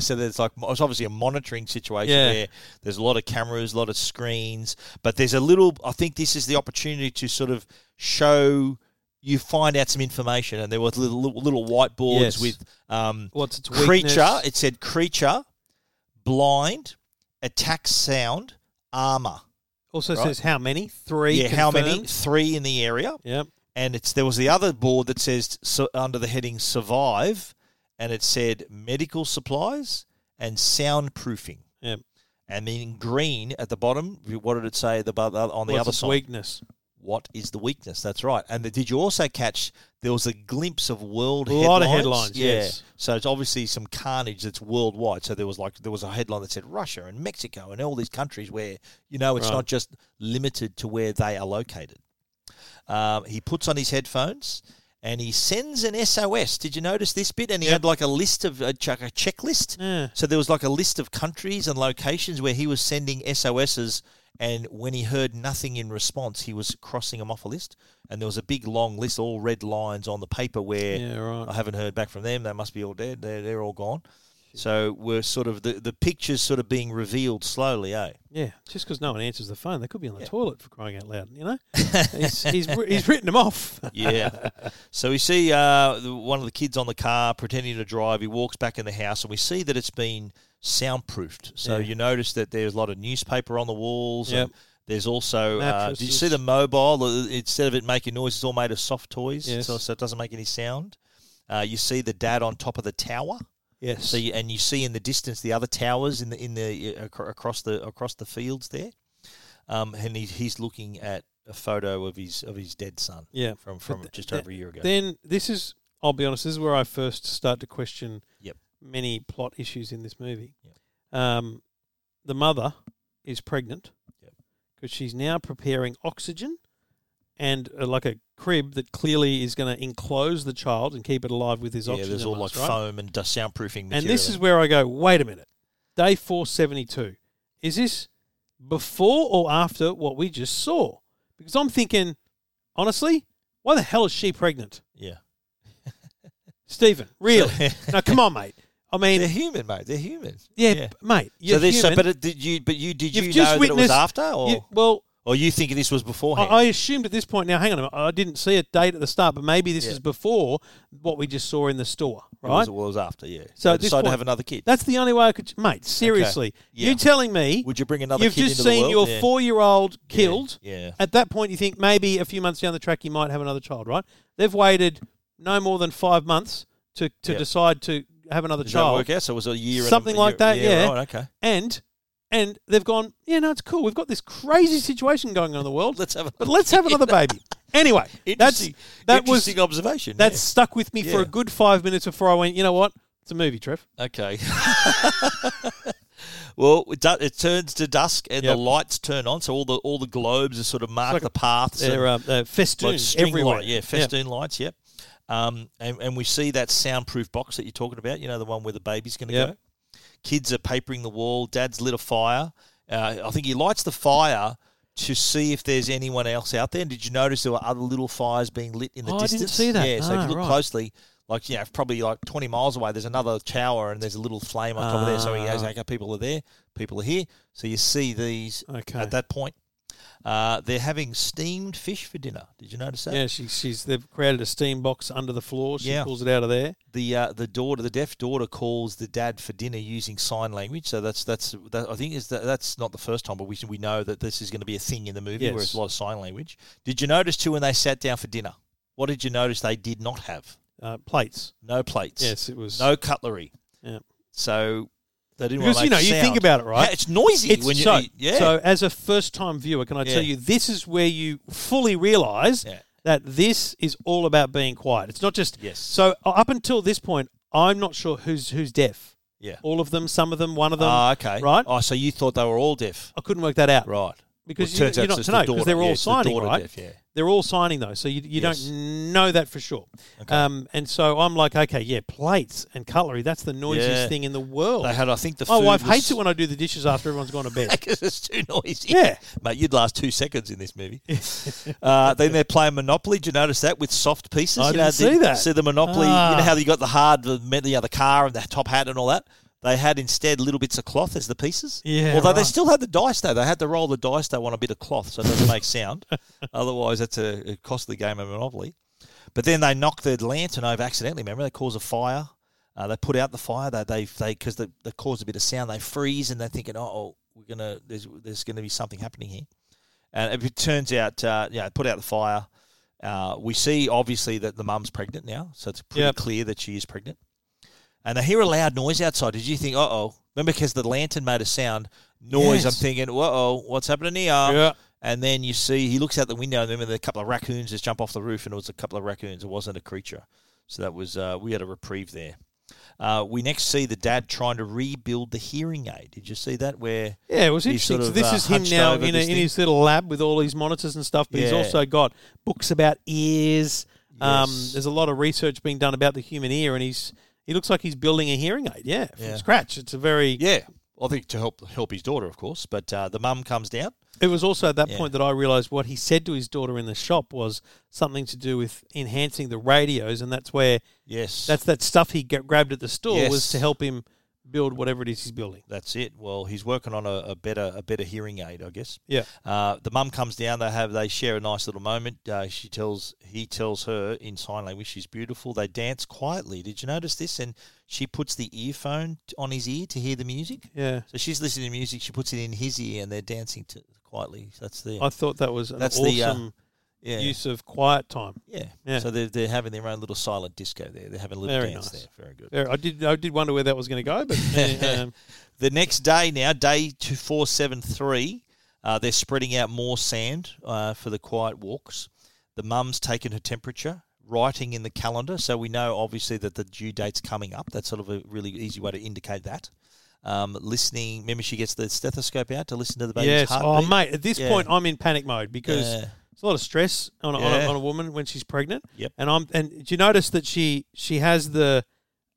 Speaker 8: so there's like it's obviously a monitoring situation
Speaker 9: Yeah.
Speaker 8: where there's a lot of cameras, a lot of screens, but there's a little. I think this is the opportunity to sort of show you find out some information, and there was little little, little whiteboards
Speaker 9: Yes.
Speaker 8: with um,
Speaker 9: What's its weakness?
Speaker 8: creature. It said creature, blind, attack sound, armor.
Speaker 9: Also
Speaker 8: Right.
Speaker 9: says how many? Three.
Speaker 8: yeah, how many?
Speaker 9: confirmed.
Speaker 8: Three in the area
Speaker 9: Yep.
Speaker 8: and it's there was the other board that says su- under the heading survive and it said medical supplies and soundproofing
Speaker 9: Yep.
Speaker 8: and then in green at the bottom what did it say at the, bo- on the
Speaker 9: What's
Speaker 8: other
Speaker 9: its
Speaker 8: side
Speaker 9: weakness.
Speaker 8: what is the weakness that's right and the, did you also catch there was a glimpse of world
Speaker 9: A
Speaker 8: headlines
Speaker 9: lot of headlines, yes.
Speaker 8: so it's obviously some carnage that's worldwide so there was like there was a headline that said russia and mexico and all these countries where you know it's
Speaker 9: Right.
Speaker 8: not just limited to where they are located um, he puts on his headphones and he sends an SOS. Did you notice this bit? And he had like a list of a, check, a checklist.
Speaker 9: Yeah.
Speaker 8: So there was like a list of countries and locations where he was sending SOSs. And when he heard nothing in response, he was crossing them off a list. And there was a big long list, all red lines on the paper where
Speaker 9: Yeah, right.
Speaker 8: I haven't heard back from them. They must be all dead. They're, they're all gone. So we're sort of the, the picture's sort of being revealed slowly, eh?
Speaker 9: Yeah, just because no one answers the phone, they could be on the toilet for crying out loud. You know, he's, he's wr- he's written them off.
Speaker 8: yeah. So we see uh, the- one of the kids on the car pretending to drive. He walks back in the house, and we see that it's been soundproofed. So
Speaker 9: Yeah.
Speaker 8: you notice that there's a lot of newspaper on the walls.
Speaker 9: Yep.
Speaker 8: and There's also. Uh, did you
Speaker 9: Mattresses.
Speaker 8: see the mobile? Uh, Instead of it making noise, it's all made of soft toys,
Speaker 9: Yes.
Speaker 8: so, so it doesn't make any sound. Uh, you see the dad on top of the tower.
Speaker 9: Yes,
Speaker 8: So you, and you see in the distance the other towers in the in the uh, acro- across the across the fields there, um, and he, he's looking at a photo of his of his dead son.
Speaker 9: Yeah.
Speaker 8: from
Speaker 9: But
Speaker 8: from
Speaker 9: th-
Speaker 8: just
Speaker 9: th-
Speaker 8: over a year ago.
Speaker 9: then this is I'll be honest, this is where I first start to question
Speaker 8: Yep.
Speaker 9: many plot issues in this movie.
Speaker 8: Yep.
Speaker 9: Um, the mother is pregnant
Speaker 8: Yep.
Speaker 9: because she's now preparing oxygen and uh, like a crib that clearly is going to enclose the child and keep it alive with his
Speaker 8: yeah,
Speaker 9: oxygen.
Speaker 8: there's all like
Speaker 9: mask, right?
Speaker 8: foam and dust soundproofing. Material.
Speaker 9: And this is where I go, wait a minute. Day 472. Is this before or after what we just saw? Because I'm thinking, honestly, why the hell is she pregnant?
Speaker 8: yeah,
Speaker 9: Stephen, really? now, come on, mate. I mean,
Speaker 8: they're
Speaker 9: yeah,
Speaker 8: human, mate. They're human.
Speaker 9: b- mate. You're
Speaker 8: so this, so
Speaker 9: human.
Speaker 8: but it, did you but you did
Speaker 9: You've
Speaker 8: you
Speaker 9: just
Speaker 8: know that it was
Speaker 9: witnessed-
Speaker 8: after or
Speaker 9: You- well,
Speaker 8: or you thinking this was
Speaker 9: I,
Speaker 8: beforehand?
Speaker 9: I assumed at this point, now hang on a minute, I didn't see a date at the start, but maybe this
Speaker 8: Yeah.
Speaker 9: is before what we just saw in the store,
Speaker 8: It
Speaker 9: right?
Speaker 8: was, well, it was after. Yeah.
Speaker 9: So
Speaker 8: they
Speaker 9: at this
Speaker 8: decided to
Speaker 9: point-
Speaker 8: have another kid.
Speaker 9: That's the only way I could, mate, seriously.
Speaker 8: Yeah.
Speaker 9: you telling me.
Speaker 8: Would you bring another
Speaker 9: You've
Speaker 8: kid
Speaker 9: just
Speaker 8: into the
Speaker 9: seen
Speaker 8: world?
Speaker 9: your
Speaker 8: Yeah.
Speaker 9: four-year-old killed.
Speaker 8: yeah.
Speaker 9: At that point, you think maybe a few months down the track you might have another child, right? They've waited no more than five months to, to
Speaker 8: Yeah.
Speaker 9: decide to have another
Speaker 8: Did that
Speaker 9: child,
Speaker 8: work out? So it was a year, and a-
Speaker 9: something
Speaker 8: a
Speaker 9: like
Speaker 8: year-
Speaker 9: that.
Speaker 8: Yeah.
Speaker 9: Yeah,
Speaker 8: Right, okay.
Speaker 9: And and they've gone, yeah, no, it's cool. We've got this crazy situation going on in the world.
Speaker 8: Let's have a-
Speaker 9: but let's have another baby. Anyway, that's
Speaker 8: Interesting,
Speaker 9: that was
Speaker 8: interesting observation.
Speaker 9: that
Speaker 8: yeah.
Speaker 9: stuck with me for
Speaker 8: Yeah.
Speaker 9: a good five minutes before I went. You know what? It's a movie, Trev.
Speaker 8: Okay. well, it, du- it turns to dusk and
Speaker 9: Yep.
Speaker 8: the lights turn on, so all the all the globes are sort of mark
Speaker 9: like
Speaker 8: the paths. and-
Speaker 9: They're uh, uh, festooned
Speaker 8: like string
Speaker 9: everywhere.
Speaker 8: light, yeah, festoon lights, yep. Um, and, and we see that soundproof box that you're talking about. You know, the one where the baby's going to
Speaker 9: Yep.
Speaker 8: go. Kids are papering the wall. Dad's lit a fire. Uh, I think he lights the fire to see if there's anyone else out there. And did you notice there were other little fires being lit in the
Speaker 9: Oh, I didn't
Speaker 8: distance?
Speaker 9: see that.
Speaker 8: Yeah, so if
Speaker 9: Ah,
Speaker 8: you look
Speaker 9: right.
Speaker 8: closely, like you know, probably like 20 miles away, there's another tower and there's a little flame on top of there. So he goes,
Speaker 9: Ah.
Speaker 8: okay, people are there, people are here. So you see these
Speaker 9: Okay.
Speaker 8: at that point. Uh, they're having steamed fish for dinner. Did you notice that?
Speaker 9: Yeah, she, she's they've created a steam box under the floor. She
Speaker 8: Yeah.
Speaker 9: pulls it out of there.
Speaker 8: the uh, the daughter, the deaf daughter, calls the dad for dinner using sign language. So that's that's that, I think is that that's not the first time, but we we know that this is going to be a thing in the movie where it's
Speaker 9: Yes.
Speaker 8: a lot of sign language. Did you notice too when they sat down for dinner? What did you notice they did not have?
Speaker 9: Uh, plates.
Speaker 8: No plates.
Speaker 9: Yes, it was.
Speaker 8: No cutlery.
Speaker 9: Yeah.
Speaker 8: So they didn't.
Speaker 9: Because,
Speaker 8: want to
Speaker 9: you know,
Speaker 8: make
Speaker 9: you think
Speaker 8: sound.
Speaker 9: about it, right?
Speaker 8: It's noisy
Speaker 9: It's-
Speaker 8: when you
Speaker 9: so,
Speaker 8: eat. Yeah.
Speaker 9: so as a first time viewer, can I
Speaker 8: Yeah.
Speaker 9: tell you this is where you fully realise
Speaker 8: Yeah.
Speaker 9: that this is all about being quiet. It's not just
Speaker 8: Yes.
Speaker 9: So uh, up until this point, I'm not sure who's who's deaf.
Speaker 8: yeah.
Speaker 9: All of them, some of them, one of them.
Speaker 8: Ah, okay.
Speaker 9: Right?
Speaker 8: Oh, so you thought they were all deaf,
Speaker 9: I couldn't work that out.
Speaker 8: right?
Speaker 9: Because
Speaker 8: Well,
Speaker 9: you,
Speaker 8: turns out
Speaker 9: you're
Speaker 8: it's
Speaker 9: not
Speaker 8: just
Speaker 9: to
Speaker 8: the
Speaker 9: know because
Speaker 8: daughter-
Speaker 9: they're all
Speaker 8: yeah, it's the
Speaker 9: signing,
Speaker 8: daughter
Speaker 9: right?
Speaker 8: deaf, yeah.
Speaker 9: They're all signing though, so you, you
Speaker 8: Yes.
Speaker 9: don't know that for sure. Um, and so I'm like, okay, yeah, plates and cutlery. That's the noisiest
Speaker 8: Yeah.
Speaker 9: thing in the world.
Speaker 8: They had, I think, the
Speaker 9: My
Speaker 8: food
Speaker 9: wife
Speaker 8: was-
Speaker 9: hates it when I do the dishes after everyone's gone to bed.
Speaker 8: because it's too noisy.
Speaker 9: Yeah.
Speaker 8: Mate, you'd last two seconds in this movie. uh, then they're playing Monopoly. Did you notice that with soft pieces?
Speaker 9: I
Speaker 8: you know,
Speaker 9: didn't see
Speaker 8: the-
Speaker 9: that.
Speaker 8: See the Monopoly. You
Speaker 9: Ah.
Speaker 8: know how you got the hard, the, the other car and the top hat and all that? They had instead little bits of cloth as the pieces.
Speaker 9: Yeah,
Speaker 8: Although they
Speaker 9: right.
Speaker 8: still had the dice, though. They had to roll the dice, though, on a bit of cloth, so it doesn't make sound. Otherwise, that's a, a costly game of Monopoly. But then they knock the lantern over accidentally. Remember, they cause a fire. Uh, they put out the fire. They they they because they, they cause a bit of sound. They freeze and they're thinking, oh, oh we're gonna there's there's gonna be something happening here. And if it turns out, uh, yeah, put out the fire. Uh, we see obviously that the mum's pregnant now, so it's pretty
Speaker 9: Yep.
Speaker 8: clear that she is pregnant. And they hear a loud noise outside. Did you think, uh oh? Remember, because the lantern made a sound noise.
Speaker 9: Yes.
Speaker 8: I'm thinking, uh oh, what's happening here?
Speaker 9: Yeah.
Speaker 8: And then you see he looks out the window, and remember, a couple of raccoons just jump off the roof, and it was a couple of raccoons. It wasn't a creature. So that was, uh, we had a reprieve there. Uh, we next see the dad trying to rebuild the hearing aid. Did you see that? Where
Speaker 9: Yeah, it was
Speaker 8: He's
Speaker 9: interesting.
Speaker 8: sort
Speaker 9: so
Speaker 8: of,
Speaker 9: this
Speaker 8: uh,
Speaker 9: is him
Speaker 8: hunched
Speaker 9: now
Speaker 8: over
Speaker 9: in, a,
Speaker 8: this
Speaker 9: in
Speaker 8: thing.
Speaker 9: his little lab with all his monitors and stuff, but he's
Speaker 8: Yeah.
Speaker 9: also got books about ears. Um,
Speaker 8: Yes.
Speaker 9: there's a lot of research being done about the human ear, and he's he looks like he's building a hearing aid. Yeah, from
Speaker 8: Yeah.
Speaker 9: scratch. It's a very.
Speaker 8: yeah, I think to help help his daughter, of course. But uh, the mum comes down.
Speaker 9: It was also at that
Speaker 8: Yeah.
Speaker 9: point that I realised what he said to his daughter in the shop was something to do with enhancing the radios, and that's where
Speaker 8: Yes,
Speaker 9: that's that stuff he g- grabbed at the store was
Speaker 8: Yes.
Speaker 9: to help him build whatever it is he's building.
Speaker 8: that's it. Well, he's working on a, a better a better hearing aid, I guess.
Speaker 9: Yeah.
Speaker 8: Uh, the mum comes down. They have they share a nice little moment. Uh, she tells he tells her in sign language she's beautiful. They dance quietly. Did you notice this? And she puts the earphone t- on his ear to hear the music.
Speaker 9: Yeah,
Speaker 8: So she's listening to music. She puts it in his ear, and they're dancing to quietly. That's the
Speaker 9: I thought that was an
Speaker 8: That's
Speaker 9: awesome
Speaker 8: the, uh, yeah.
Speaker 9: use of quiet time.
Speaker 8: yeah
Speaker 9: Yeah.
Speaker 8: So they're, they're having their own little silent disco there. They're having a little
Speaker 9: Very
Speaker 8: dance
Speaker 9: nice.
Speaker 8: there. Very good.
Speaker 9: Yeah, I did. I did wonder where that was going to go, but eh, um,
Speaker 8: The next day now, day two four seven three, uh, they're spreading out more sand uh, for the quiet walks. The mum's taken her temperature, writing in the calendar, so we know obviously that the due date's coming up. That's sort of a really easy way to indicate that. Um, listening, remember she gets the stethoscope out to listen to the baby's
Speaker 9: yes. Oh,
Speaker 8: heartbeat.
Speaker 9: mate, at this
Speaker 8: Yeah.
Speaker 9: point I'm in panic mode because
Speaker 8: Yeah.
Speaker 9: it's a lot of stress on a, on, a,
Speaker 8: Yeah.
Speaker 9: on a woman when she's pregnant.
Speaker 8: Yep.
Speaker 9: And I'm and do you notice that she she has the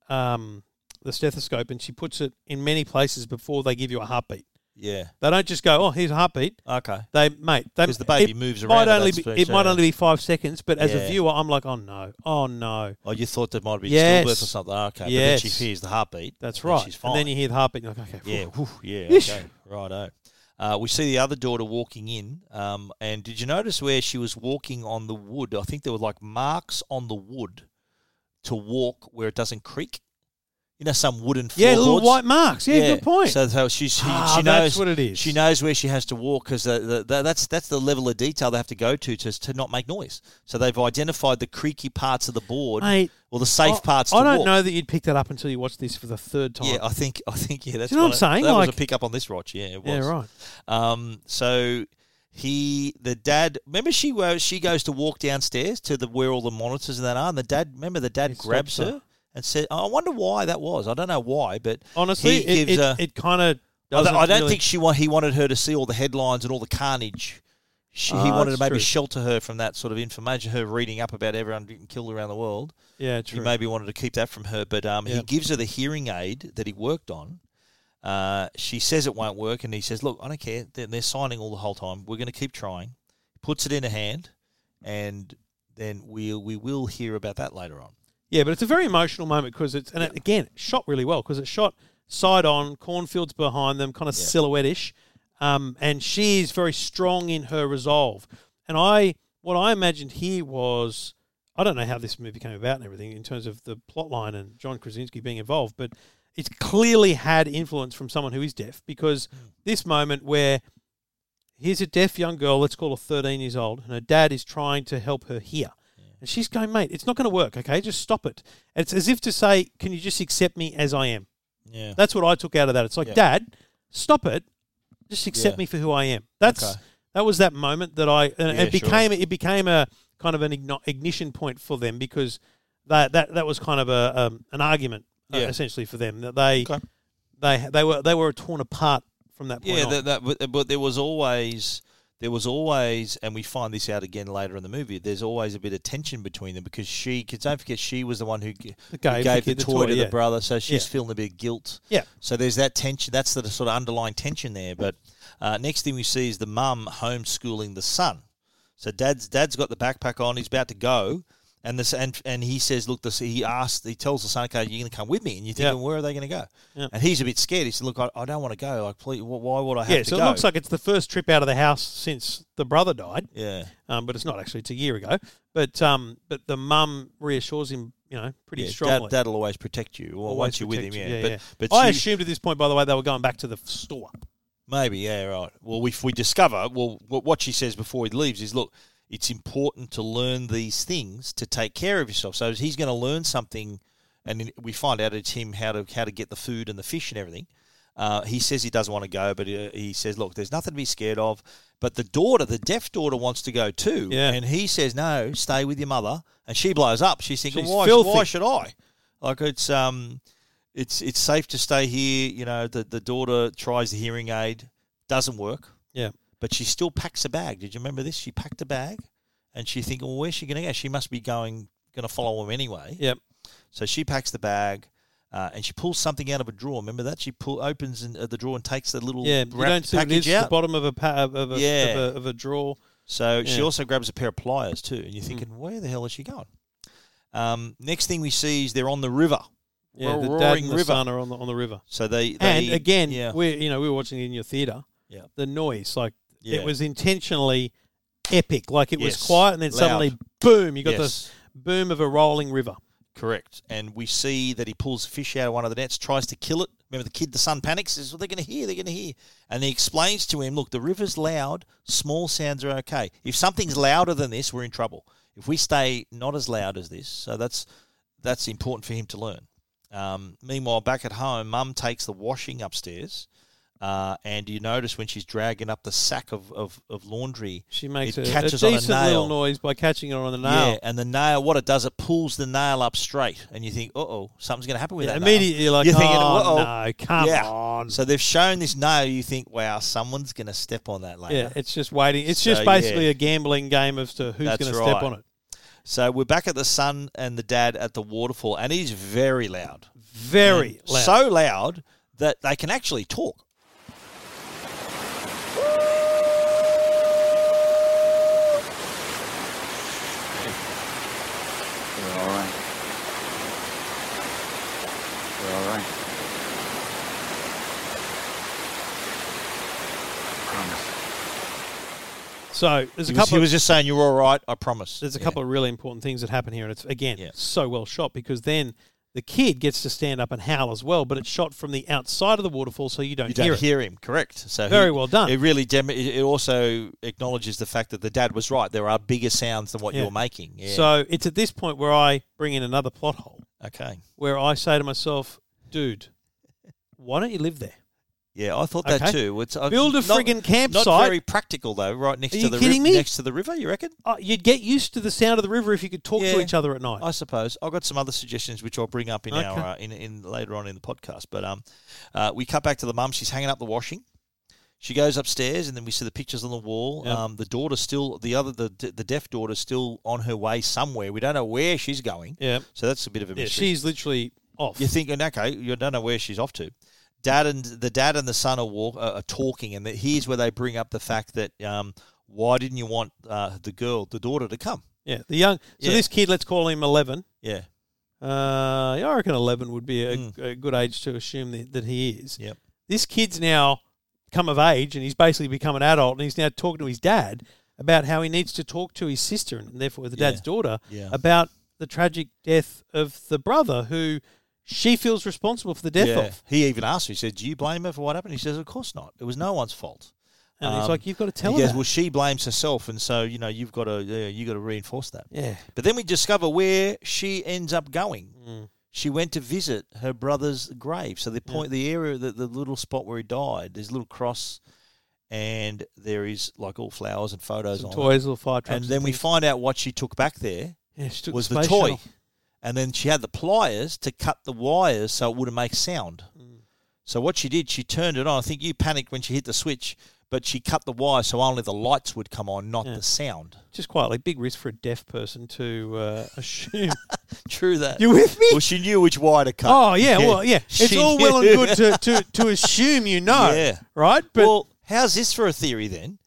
Speaker 9: um the stethoscope and she puts it in many places before they give you a heartbeat.
Speaker 8: Yeah.
Speaker 9: They don't just go, oh, here's a heartbeat.
Speaker 8: Okay.
Speaker 9: They mate, they,
Speaker 8: 'Cause the baby
Speaker 9: it
Speaker 8: moves
Speaker 9: Might
Speaker 8: around at
Speaker 9: only
Speaker 8: that
Speaker 9: be,
Speaker 8: stage,
Speaker 9: it might
Speaker 8: yeah.
Speaker 9: only be five seconds, but as a
Speaker 8: Yeah.
Speaker 9: viewer, I'm like, oh no, oh no,
Speaker 8: Oh, you thought there might be
Speaker 9: Yes.
Speaker 8: stillbirth or something. Ah, Okay. But then
Speaker 9: Yes.
Speaker 8: she hears the heartbeat.
Speaker 9: that's
Speaker 8: and
Speaker 9: right.
Speaker 8: She's fine.
Speaker 9: And then you hear the heartbeat, and you're like, okay,
Speaker 8: Yeah,
Speaker 9: phew.
Speaker 8: whew, yeah,
Speaker 9: Yeesh.
Speaker 8: okay, righto. Uh, we see the other daughter walking in, um, and did you notice where she was walking on the wood? I think there were like marks on the wood to walk where it doesn't creak. you know, some wooden
Speaker 9: Yeah,
Speaker 8: floorboards.
Speaker 9: little white marks. Yeah, good point.
Speaker 8: So, so she, she,
Speaker 9: Ah,
Speaker 8: she knows
Speaker 9: that's what it is.
Speaker 8: She knows where she has to walk because the, the, the, that's that's the level of detail they have to go to to to not make noise. So they've identified the creaky parts of the board
Speaker 9: Mate,
Speaker 8: or the safe
Speaker 9: I-
Speaker 8: parts.
Speaker 9: I,
Speaker 8: to
Speaker 9: don't
Speaker 8: walk.
Speaker 9: know that you'd pick that up until you watched this for the third time.
Speaker 8: Yeah, I think I think yeah. That's
Speaker 9: Do you know what I'm
Speaker 8: I-
Speaker 9: saying?
Speaker 8: That was a
Speaker 9: Like-
Speaker 8: pickup on this watch. Yeah, it was.
Speaker 9: Yeah, right.
Speaker 8: Um, so he, the dad, remember she wo- she goes to walk downstairs to the where all the monitors and that are, and the dad, remember the dad
Speaker 9: stops
Speaker 8: grabs her
Speaker 9: her.
Speaker 8: and said, "I wonder why that was. I don't know why, but
Speaker 9: Honestly,
Speaker 8: he
Speaker 9: it,
Speaker 8: gives
Speaker 9: it,
Speaker 8: a-
Speaker 9: it kind of.
Speaker 8: I don't, I don't think she want, he wanted her to see all the headlines and all the carnage. She, he
Speaker 9: Ah,
Speaker 8: wanted to
Speaker 9: that's
Speaker 8: maybe
Speaker 9: true.
Speaker 8: shelter her from that sort of information, her reading up about everyone getting killed around the world.
Speaker 9: Yeah,
Speaker 8: He
Speaker 9: true.
Speaker 8: maybe wanted to keep that from her, but um, he
Speaker 9: Yeah.
Speaker 8: gives her the hearing aid that he worked on. Uh, she says it won't work, and he says, "Look, I don't care. They're, they're signing all the whole time. We're going to keep trying." Puts it in her hand, and then we we will hear about that later on.
Speaker 9: Yeah, but it's a very emotional moment because it's and it, again it's shot really well because it's shot side on, cornfields behind them, kind of silhouette-ish, um, and she is very strong in her resolve. And I, what I imagined here was, I don't know how this movie came about and everything in terms of the plot line and John Krasinski being involved, but it's clearly had influence from someone who is deaf because
Speaker 8: Hmm.
Speaker 9: this moment where here's a deaf young girl, let's call her 13 years old, and her dad is trying to help her hear. And she's going, mate, it's not going to work, okay? Just stop it. And it's as if to say, can you just accept me as I am?
Speaker 8: Yeah,
Speaker 9: That's what I took out of that. It's like,
Speaker 8: Yeah.
Speaker 9: dad, stop it. Just accept
Speaker 8: Yeah.
Speaker 9: me for who I am. That's
Speaker 8: Okay.
Speaker 9: that was that moment that I and
Speaker 8: Yeah,
Speaker 9: it
Speaker 8: sure.
Speaker 9: became it became a kind of an igno- ignition point for them because that that that was kind of a um, an argument uh,
Speaker 8: Yeah.
Speaker 9: essentially for them that they
Speaker 8: Okay.
Speaker 9: they they were they were torn apart from that point.
Speaker 8: yeah.
Speaker 9: on.
Speaker 8: That, that, but, but there was always there was always, and we find this out again later in the movie. There's always a bit of tension between them because she, cause don't forget, she was the one who, g- who
Speaker 9: Gave the
Speaker 8: gave, the,
Speaker 9: kid the
Speaker 8: toy,
Speaker 9: toy,
Speaker 8: to
Speaker 9: yeah.
Speaker 8: the brother, so she's
Speaker 9: Yeah.
Speaker 8: feeling a bit of guilt.
Speaker 9: yeah.
Speaker 8: So there's that tension. That's the sort of underlying tension there. But uh, next thing we see is the mum homeschooling the son. So dad's dad's got the backpack on. He's about to go, and this and and he says, "Look, this." He asks, he tells the son, "Okay, you're going to come with me." And you're
Speaker 9: Yeah.
Speaker 8: thinking, "Where are they going to go?"
Speaker 9: Yeah.
Speaker 8: And he's a bit scared. He said, "Look, I, I don't want to go. Like, please, wh- why would I have
Speaker 9: yeah,
Speaker 8: to
Speaker 9: so
Speaker 8: go?"
Speaker 9: it looks like it's the first trip out of the house since the brother died.
Speaker 8: yeah,
Speaker 9: um, but it's not actually. It's a year ago. But um, but the mum reassures him, you know, pretty
Speaker 8: yeah,
Speaker 9: strongly.
Speaker 8: Dad, dad'll always protect you, or
Speaker 9: Always
Speaker 8: once you're with him.
Speaker 9: protect
Speaker 8: Yeah,
Speaker 9: you.
Speaker 8: but but
Speaker 9: I
Speaker 8: she-
Speaker 9: assumed at this point, by the way, they were going back to the f- store.
Speaker 8: Maybe, yeah, right. Well, we, we discover, well, wh- what she says before he leaves is look, it's important to learn these things to take care of yourself. So he's going to learn something, and then we find out it's him how to how to get the food and the fish and everything. Uh, he says he doesn't want to go, but he, he says, "Look, there's nothing to be scared of." But the daughter, the deaf daughter, wants to go too,
Speaker 9: Yeah.
Speaker 8: and he says, "No, stay with your mother." And she blows up. She's thinking,
Speaker 9: She's
Speaker 8: "Why?
Speaker 9: filthy.
Speaker 8: Why should I?" Like it's um, it's it's safe to stay here. You know, the the daughter tries the hearing aid, doesn't work,
Speaker 9: Yeah,
Speaker 8: but she still packs a bag. Did you remember this? She packed a bag, and she thinking, well, where's she going to go? She must be going going to follow him anyway.
Speaker 9: yeah,
Speaker 8: So she packs the bag. Uh, and she pulls something out of a drawer. Remember that she pull opens in, uh, the drawer and takes the little
Speaker 9: yeah. You
Speaker 8: wrapped
Speaker 9: don't see what it
Speaker 8: package
Speaker 9: is at the
Speaker 8: out.
Speaker 9: bottom of a pa- of, of, a,
Speaker 8: Yeah.
Speaker 9: of a of a drawer.
Speaker 8: So she
Speaker 9: Yeah. Hmm.
Speaker 8: also grabs a pair of pliers too, and you're thinking, where the hell is she going? Um, next thing we see is they're on the river,
Speaker 9: Yeah,
Speaker 8: Ro-
Speaker 9: the dad
Speaker 8: roaring
Speaker 9: and the
Speaker 8: river.
Speaker 9: son are on the on the river.
Speaker 8: So they, they
Speaker 9: and again,
Speaker 8: yeah,
Speaker 9: we you know we were watching it in your theater.
Speaker 8: Yeah.
Speaker 9: the noise like
Speaker 8: Yeah.
Speaker 9: it was intentionally epic. Like it
Speaker 8: Yes.
Speaker 9: was quiet, and then
Speaker 8: Loud.
Speaker 9: suddenly, boom! You got
Speaker 8: Yes.
Speaker 9: the boom of a rolling river.
Speaker 8: correct. And we see that he pulls a fish out of one of the nets, tries to kill it. Remember, the kid, the son panics, says, "Well, they're going to hear, they're going to hear." And he explains to him, "Look, the river's loud. Small sounds are okay. If something's louder than this, we're in trouble. If we stay not as loud as this, so that's that's important for him to learn." Um, meanwhile, back at home, Mum takes the washing upstairs. Uh, and you notice when she's dragging up the sack of, of, of laundry,
Speaker 9: She makes
Speaker 8: it
Speaker 9: a, a
Speaker 8: catches
Speaker 9: decent
Speaker 8: on a nail.
Speaker 9: little noise by catching it on the nail.
Speaker 8: Yeah, and the nail, what it does, it pulls the nail up straight, and you think, uh oh, something's going to happen with
Speaker 9: Yeah,
Speaker 8: that.
Speaker 9: immediately
Speaker 8: nail.
Speaker 9: you're like,
Speaker 8: You're thinking,
Speaker 9: "Oh,
Speaker 8: "Uh-oh."
Speaker 9: no, come on."
Speaker 8: So they've shown this nail, you think, wow, someone's going to step on that later.
Speaker 9: Yeah, it's just waiting. It's
Speaker 8: So,
Speaker 9: just basically
Speaker 8: yeah.
Speaker 9: a gambling game as to who's going
Speaker 8: That's
Speaker 9: to
Speaker 8: right.
Speaker 9: step on it.
Speaker 8: So we're back at the son and the dad at the waterfall, and he's very loud.
Speaker 9: Very
Speaker 8: And
Speaker 9: loud.
Speaker 8: So loud that they can actually talk.
Speaker 6: We're all right. We're all right. Promise.
Speaker 9: so there's a
Speaker 8: He was,
Speaker 9: couple.
Speaker 8: he
Speaker 9: of-
Speaker 8: was just saying, you're all right, I promise.
Speaker 9: there's a
Speaker 8: Yeah.
Speaker 9: couple of really important things that happen here, and it's again
Speaker 8: Yeah.
Speaker 9: so well shot because then The kid gets to stand up and howl as well, but it's shot from the outside of the waterfall, so you don't,
Speaker 8: You don't
Speaker 9: hear
Speaker 8: hear,
Speaker 9: it.
Speaker 8: him, correct? So
Speaker 9: Very
Speaker 8: he-
Speaker 9: well done.
Speaker 8: It really dem- it it also acknowledges the fact that the dad was right. There are bigger sounds than what
Speaker 9: Yeah.
Speaker 8: you're making. Yeah.
Speaker 9: So it's at this point where I bring in another plot hole,
Speaker 8: okay,
Speaker 9: where I say to myself, "Dude, why don't you live there?"
Speaker 8: yeah, I thought that
Speaker 9: Okay.
Speaker 8: too. It's uh,
Speaker 9: Build a
Speaker 8: not-
Speaker 9: friggin'
Speaker 8: Not
Speaker 9: campsite.
Speaker 8: very practical though. Right next
Speaker 9: Are
Speaker 8: to
Speaker 9: you
Speaker 8: the
Speaker 9: kidding me?
Speaker 8: river, next to the river. You reckon?
Speaker 9: Uh, you'd get used to the sound of the river if you could talk
Speaker 8: Yeah.
Speaker 9: to each other at night.
Speaker 8: I suppose I've got some other suggestions which I'll bring up in
Speaker 9: Okay.
Speaker 8: our uh, in, in later on in the podcast. But um, uh, we cut back to the mum. She's hanging up the washing. She goes upstairs, and then we see the pictures on the wall.
Speaker 9: Yeah.
Speaker 8: Um, the daughter still the other the the deaf daughter's still on her way somewhere. We don't know where she's going.
Speaker 9: yeah,
Speaker 8: So that's a bit of a
Speaker 9: yeah.
Speaker 8: mystery.
Speaker 9: She's literally off.
Speaker 8: you think, okay, you don't know where she's off to. Dad and the dad and the son are walk, uh, are talking, and that here's where they bring up the fact that um, why didn't you want uh, the girl, the daughter, to come?
Speaker 9: yeah, the young. So
Speaker 8: Yeah.
Speaker 9: this kid, let's call him eleven.
Speaker 8: Yeah,
Speaker 9: Uh, yeah, I reckon eleven would be a,
Speaker 8: Hmm.
Speaker 9: a good age to assume that, that he is.
Speaker 8: Yep.
Speaker 9: This kid's now come of age, and he's basically become an adult, and he's now talking to his dad about how he needs to talk to his sister, and therefore the dad's
Speaker 8: Yeah.
Speaker 9: daughter,
Speaker 8: Yeah.
Speaker 9: about the tragic death of the brother who she feels responsible for the death
Speaker 8: yeah.
Speaker 9: of.
Speaker 8: He even asked her. He said, "Do you blame her for what happened?" He says, "Of course not. It was no one's fault."
Speaker 9: And he's
Speaker 8: Um,
Speaker 9: like, "You've got to tell
Speaker 8: he
Speaker 9: her."
Speaker 8: goes,
Speaker 9: that."
Speaker 8: "Well, she blames herself, and so you know you've got to yeah, you got to reinforce that."
Speaker 9: yeah,
Speaker 8: But then we discover where she ends up going.
Speaker 9: Mm.
Speaker 8: She went to visit her brother's grave. So the point, the area, the, the little spot where he died, there's a little cross, and there is like all flowers and photos
Speaker 9: some
Speaker 8: on it.
Speaker 9: toys, little fire traps,
Speaker 8: And then we
Speaker 9: things.
Speaker 8: find out what she took back there
Speaker 9: Yeah, she took
Speaker 8: was
Speaker 9: the
Speaker 8: the
Speaker 9: space
Speaker 8: toy,
Speaker 9: shuttle.
Speaker 8: and then she had the pliers to cut the wires so it wouldn't make sound.
Speaker 9: Mm.
Speaker 8: So what she did, she turned it on. I think you panicked when she hit the switch, but she cut the wire so only the lights would come on, not
Speaker 9: Yeah.
Speaker 8: the sound.
Speaker 9: Just quietly, big risk for a deaf person to uh, assume.
Speaker 8: True that.
Speaker 9: you with me?
Speaker 8: Well, she knew which wire to cut.
Speaker 9: Oh yeah, well yeah. It's
Speaker 8: She
Speaker 9: all well and
Speaker 8: knew.
Speaker 9: good to, to, to assume you know,
Speaker 8: Yeah.
Speaker 9: right? But
Speaker 8: well, how's this for a theory then?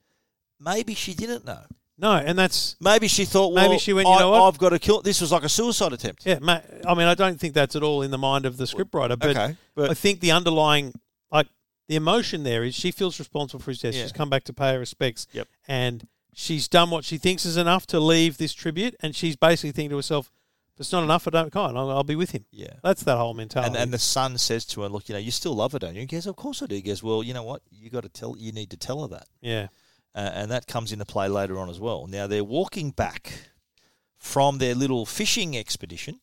Speaker 8: Maybe she didn't know.
Speaker 9: no, and that's
Speaker 8: Maybe she thought, well,
Speaker 9: Maybe she went, you
Speaker 8: I,
Speaker 9: know what?
Speaker 8: I've got to kill. This was like a suicide attempt.
Speaker 9: yeah. Ma- I mean, I don't think that's at all in the mind of the scriptwriter, but,
Speaker 8: Okay, but-
Speaker 9: I think the underlying like the emotion there is she feels responsible for his death.
Speaker 8: Yeah.
Speaker 9: She's come back to pay her respects,
Speaker 8: Yep.
Speaker 9: and she's done what she thinks is enough to leave this tribute, and she's basically thinking to herself, "If it's not enough, I don't kind. I'll, I'll be with him."
Speaker 8: Yeah.
Speaker 9: that's that whole mentality.
Speaker 8: And, and the son says to her, look, you know, you still love her, don't you? He goes, of course I do. He goes, well, you know what? You got to tell. You need to tell her that.
Speaker 9: yeah,
Speaker 8: uh, and that comes into play later on as well. Now they're walking back from their little fishing expedition.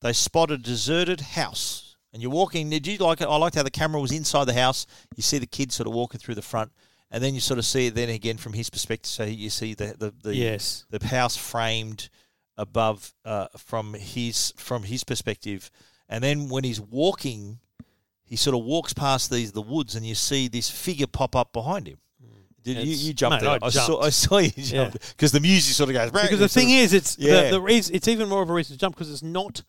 Speaker 8: They spot a deserted house, and you're walking. Did you like it? I liked how the camera was inside the house. You see the kid sort of walking through the front, and then you sort of see it then again from his perspective. So you see the the, the
Speaker 9: yes,
Speaker 8: the house framed above uh, from his from his perspective, and then when he's walking, he sort of walks past these the woods, and you see this figure pop up behind him. Did you,
Speaker 9: It's-
Speaker 8: you jumped?
Speaker 9: mate,
Speaker 8: at it.
Speaker 9: I
Speaker 8: saw
Speaker 9: jumped.
Speaker 8: I saw you jump because the music sort of goes
Speaker 9: because the thing is, it's
Speaker 8: Yeah.
Speaker 9: the, the reason it's even more of a reason to jump because it's not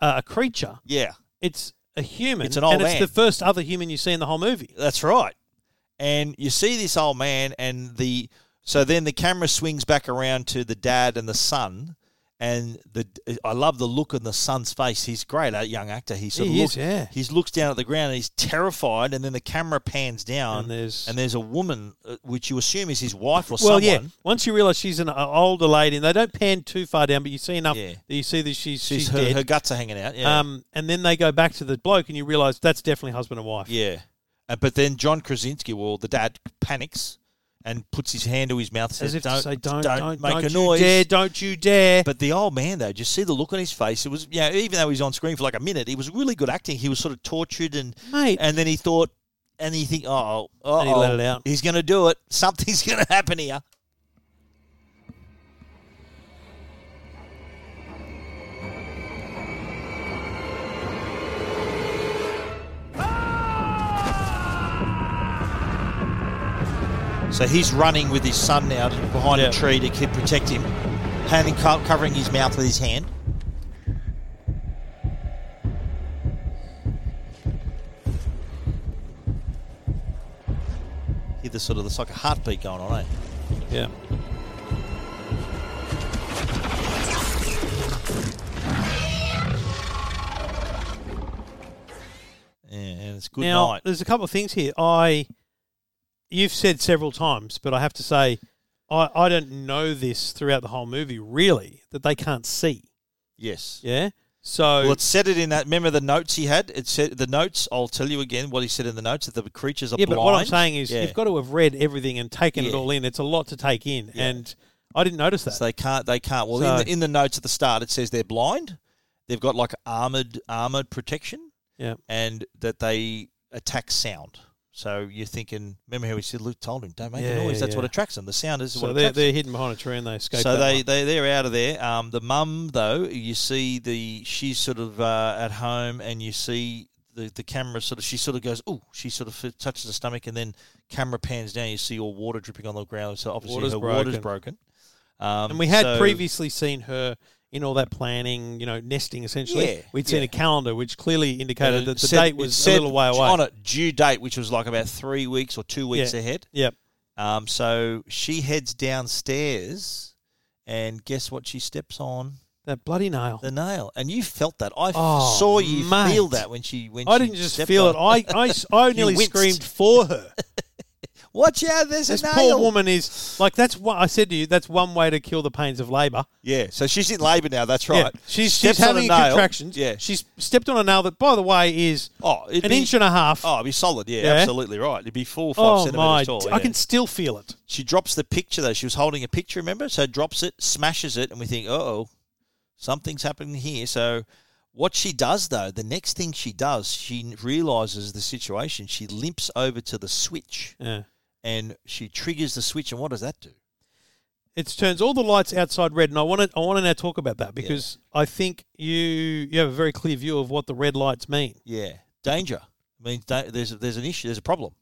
Speaker 9: uh, a creature;
Speaker 8: yeah,
Speaker 9: it's a human.
Speaker 8: It's an old
Speaker 9: and
Speaker 8: man.
Speaker 9: It's the first other human you see in the whole movie.
Speaker 8: that's right. And you see this old man, and the so then the camera swings back around to the dad and the son. And the I love the look on the son's face. He's great, that young actor. He sort of
Speaker 9: He is,
Speaker 8: looks,
Speaker 9: yeah.
Speaker 8: he looks down at the ground and he's terrified. And then the camera pans down,
Speaker 9: And there's-
Speaker 8: and there's a woman, uh, which you assume is his wife or
Speaker 9: Well,
Speaker 8: someone.
Speaker 9: yeah. Once you realise she's an uh, older lady, and they don't pan too far down, but you see enough
Speaker 8: Yeah.
Speaker 9: that you see that she's she's,
Speaker 8: she's her,
Speaker 9: dead.
Speaker 8: her guts are hanging out. Yeah,
Speaker 9: Um, and then they go back to the bloke, and you realise that's definitely husband and wife.
Speaker 8: yeah. Uh, but then John Krasinski, well, the dad panics and puts his hand to his mouth, and
Speaker 9: As
Speaker 8: says,
Speaker 9: if
Speaker 8: don't,
Speaker 9: to say, "Don't,
Speaker 8: don't,
Speaker 9: don't,
Speaker 8: make
Speaker 9: don't
Speaker 8: a
Speaker 9: you
Speaker 8: noise."
Speaker 9: dare, don't you dare!"
Speaker 8: But the old man, though, just see the look on his face. It was, yeah, even though he was on screen for like a minute, he was really good acting. He was sort of tortured and,
Speaker 9: Mate.
Speaker 8: and then he thought, and he think, oh,
Speaker 9: And he let it out.
Speaker 8: he's going to do it. Something's going to happen here. So he's running with his son now to- behind
Speaker 9: Yeah.
Speaker 8: a tree to keep, protect him, handing, co- covering his mouth with his hand. Hear the sort of it's like a heartbeat going on, eh?
Speaker 9: yeah.
Speaker 8: Yeah, and it's good
Speaker 9: now,
Speaker 8: night.
Speaker 9: there's a couple of things here. I, you've said several times, but I have to say, I, I don't know this throughout the whole movie really that they can't see.
Speaker 8: Yes.
Speaker 9: Yeah. So
Speaker 8: Well, it said it in that. Remember the notes he had. It said the notes. I'll tell you again what he said in the notes. That the creatures are
Speaker 9: yeah,
Speaker 8: blind.
Speaker 9: but what I'm saying is
Speaker 8: Yeah.
Speaker 9: you've got to have read everything and taken it
Speaker 8: Yeah.
Speaker 9: all in. It's a lot to take in, and I didn't notice that.
Speaker 8: So they can't. They can't. Well,
Speaker 9: So-
Speaker 8: in, the, in the notes at the start, it says they're blind. They've got like armored armored protection,
Speaker 9: yeah,
Speaker 8: and that they attack sound. So you're thinking. Remember how we said Luke told him, "Don't make
Speaker 9: Yeah,
Speaker 8: a noise.
Speaker 9: yeah,
Speaker 8: That's what
Speaker 9: yeah.
Speaker 8: attracts them. The sound is
Speaker 9: so
Speaker 8: what
Speaker 9: they're
Speaker 8: attracts them."
Speaker 9: they're hidden behind a tree and they escape.
Speaker 8: So
Speaker 9: that
Speaker 8: they,
Speaker 9: one.
Speaker 8: they they're out of there. Um, the mum though, you see the she's sort of uh, at home, and you see the the camera sort of she sort of goes, oh, she sort of f- touches her stomach, and then camera pans down. You see all water dripping on the ground. So obviously
Speaker 9: Water's
Speaker 8: her water's broken. Um,
Speaker 9: and we had
Speaker 8: so-
Speaker 9: previously seen her in all that planning, you know, nesting essentially.
Speaker 8: Yeah,
Speaker 9: We'd seen
Speaker 8: yeah.
Speaker 9: a calendar which clearly indicated
Speaker 8: and it
Speaker 9: that the
Speaker 8: said-
Speaker 9: date
Speaker 8: it
Speaker 9: was a
Speaker 8: said
Speaker 9: little way away.
Speaker 8: on it due date, which was like about three weeks or two weeks
Speaker 9: Yeah.
Speaker 8: ahead.
Speaker 9: Yep.
Speaker 8: Um, so she heads downstairs, and guess what? She steps on.
Speaker 9: That bloody nail.
Speaker 8: the nail, and you felt that. I f-
Speaker 9: Oh,
Speaker 8: saw you
Speaker 9: mate.
Speaker 8: feel that when she when
Speaker 9: I
Speaker 8: she
Speaker 9: didn't just
Speaker 8: stepped
Speaker 9: feel it. I,
Speaker 8: on
Speaker 9: I, I
Speaker 8: You
Speaker 9: nearly
Speaker 8: winced.
Speaker 9: screamed for her.
Speaker 8: watch out. There's
Speaker 9: This
Speaker 8: a nail.
Speaker 9: poor woman is like that's what I said to you. That's one way to kill the pains of labour.
Speaker 8: Yeah, so she's in labour now. That's right.
Speaker 9: Yeah, she's she's
Speaker 8: Steps on
Speaker 9: having
Speaker 8: a nail.
Speaker 9: contractions.
Speaker 8: Yeah.
Speaker 9: she's stepped on a nail that, by the way, is
Speaker 8: Oh, it'd
Speaker 9: an
Speaker 8: be-
Speaker 9: inch and a half.
Speaker 8: Oh, it'd be solid. Yeah,
Speaker 9: Yeah.
Speaker 8: absolutely right. It'd be four, five
Speaker 9: Oh,
Speaker 8: centimeters
Speaker 9: my!
Speaker 8: tall.
Speaker 9: d-
Speaker 8: yeah.
Speaker 9: I can still feel it.
Speaker 8: She drops the picture though. She was holding a picture, remember? So drops it, smashes it, and we think, oh, something's happening here. So what she does though, the next thing she does, she realizes the situation. She limps over to the switch
Speaker 9: Yeah.
Speaker 8: and she triggers the switch. And what does that do?
Speaker 9: It turns all the lights outside red, and I want to I want to now talk about that because I think you you have a very clear view of what the red lights mean.
Speaker 8: Yeah, danger. I mean, da- there's there's an issue. There's a problem.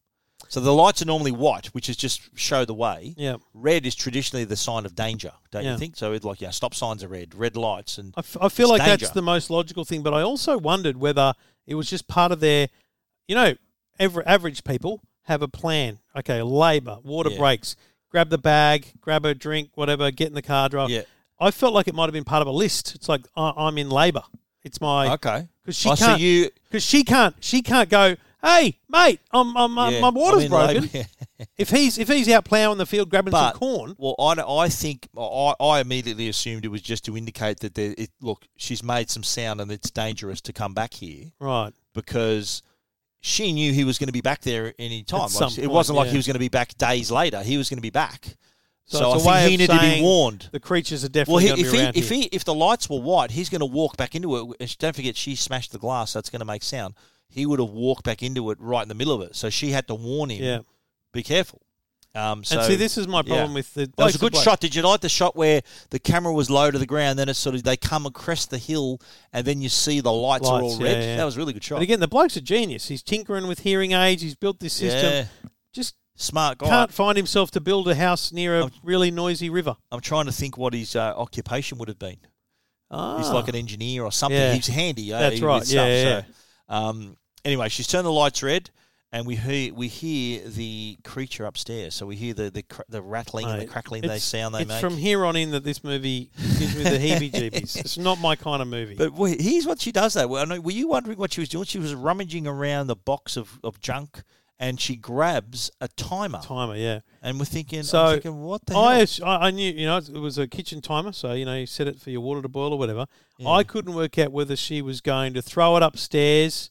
Speaker 8: So the lights are normally white, which is just show the way.
Speaker 9: Yeah.
Speaker 8: Red is traditionally the sign of danger, don't
Speaker 9: Yeah.
Speaker 8: you think? So it's like yeah, stop signs are red, red lights, and
Speaker 9: I, f- I feel
Speaker 8: It's
Speaker 9: like that's
Speaker 8: danger.
Speaker 9: the most logical thing, but I also wondered whether it was just part of their, you know, ever, average people have a plan. Okay, labour, water
Speaker 8: Yeah.
Speaker 9: breaks, grab the bag, grab a drink, whatever, get in the car, drive.
Speaker 8: Yeah.
Speaker 9: I felt like it might have been part of a list. It's like I, I'm in labour. It's my
Speaker 8: okay,
Speaker 9: because she
Speaker 8: I see
Speaker 9: can't
Speaker 8: you-
Speaker 9: because she can't she can't go. Hey, mate, I'm, I'm,
Speaker 8: Yeah,
Speaker 9: my water's
Speaker 8: I'm in
Speaker 9: broken.
Speaker 8: labour.
Speaker 9: if he's if he's out ploughing the field grabbing
Speaker 8: but
Speaker 9: some corn,
Speaker 8: Well, I, don't- I think I, I immediately assumed it was just to indicate that there, it, look, she's made some sound and it's dangerous to come back here.
Speaker 9: right?
Speaker 8: because she knew he was going to be back there any time.
Speaker 9: some
Speaker 8: Like, it
Speaker 9: point,
Speaker 8: wasn't like
Speaker 9: yeah.
Speaker 8: he was going to be back days later. He was going to be back. So,
Speaker 9: it's
Speaker 8: I
Speaker 9: a
Speaker 8: think
Speaker 9: way
Speaker 8: he
Speaker 9: of
Speaker 8: needed to be
Speaker 9: saying
Speaker 8: warned.
Speaker 9: The creatures are
Speaker 8: Well,
Speaker 9: definitely
Speaker 8: he,
Speaker 9: going to
Speaker 8: if
Speaker 9: be
Speaker 8: he
Speaker 9: around
Speaker 8: if
Speaker 9: here.
Speaker 8: he if the lights were white, he's going to walk back into it. And don't forget, she smashed the glass. That's going to make sound. He would have walked back into it right in the middle of it. So she had to warn him.
Speaker 9: yeah.
Speaker 8: Be careful. Um, so,
Speaker 9: and see, this is my problem
Speaker 8: yeah.
Speaker 9: with the.
Speaker 8: That was a
Speaker 9: Blakes and
Speaker 8: good
Speaker 9: Blake.
Speaker 8: shot. Did you like the shot where the camera was low to the ground? Then it's sort of they come across the hill, and then you see the lights, are
Speaker 9: Lights,
Speaker 8: all
Speaker 9: yeah,
Speaker 8: red.
Speaker 9: yeah.
Speaker 8: That was a really good shot.
Speaker 9: But again, the bloke's a genius. He's tinkering with hearing aids. He's built this system.
Speaker 8: Yeah.
Speaker 9: Just
Speaker 8: smart guy.
Speaker 9: can't find himself to build a house near a
Speaker 8: I'm-
Speaker 9: really noisy river.
Speaker 8: I'm trying to think what his uh, occupation would have been.
Speaker 9: Ah.
Speaker 8: He's like an engineer or something.
Speaker 9: Yeah.
Speaker 8: He's handy. eh,
Speaker 9: That's
Speaker 8: with
Speaker 9: right.
Speaker 8: stuff,
Speaker 9: Yeah, yeah,
Speaker 8: so, Um, anyway, she's turned the lights red, and we hear we hear the creature upstairs. So we hear the the, cr- the rattling and the
Speaker 9: Mate,
Speaker 8: crackling they
Speaker 9: it's-
Speaker 8: sound they
Speaker 9: It's
Speaker 8: make.
Speaker 9: from here on in that this movie gives me the heebie-jeebies. it's not my kind of movie.
Speaker 8: but wait, here's what she does though. Well, I know- Were you wondering what she was doing? She was rummaging around the box of, of junk, and she grabs a timer.
Speaker 9: Timer, yeah.
Speaker 8: And we're thinking,
Speaker 9: So
Speaker 8: I'm thinking, what the hell?
Speaker 9: I, ass- I I knew, you know, it was a kitchen timer, so you know, you set it for your water to boil or whatever. I couldn't work out whether she was going to throw it upstairs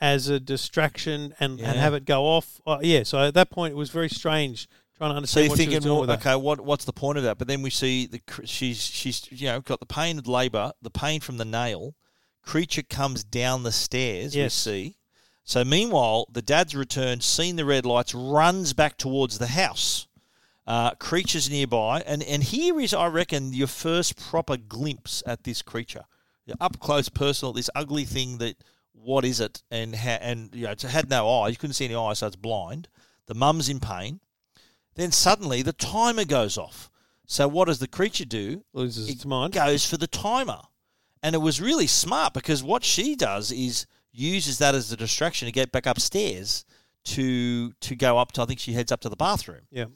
Speaker 9: as a distraction and,
Speaker 8: Yeah.
Speaker 9: and have it go off. Uh, yeah, so at that point, it was very strange trying to
Speaker 8: So
Speaker 9: understand
Speaker 8: you're
Speaker 9: what she
Speaker 8: thinking,
Speaker 9: was doing
Speaker 8: well,
Speaker 9: with that.
Speaker 8: okay, what what's the point of that? But then we see the cr- she's she's you know got the pain of labour, the pain from the nail. Creature comes down the stairs.
Speaker 9: Yes.
Speaker 8: We see. So meanwhile, the dad's returned, seen the red lights, runs back towards the house. Uh, creatures nearby, and and here is, I reckon, your first proper glimpse at this creature, You're up close, personal. This ugly thing that what is it? And ha- and you know, it had no eye. You couldn't see any eye, so it's blind. The mum's in pain. Then suddenly the timer goes off. So what does the creature do?
Speaker 9: Loses
Speaker 8: It
Speaker 9: its mind.
Speaker 8: Goes for the timer. And it was really smart because what she does is uses that as a distraction to get back upstairs to to go up to I think she heads up to the bathroom.
Speaker 9: Yeah.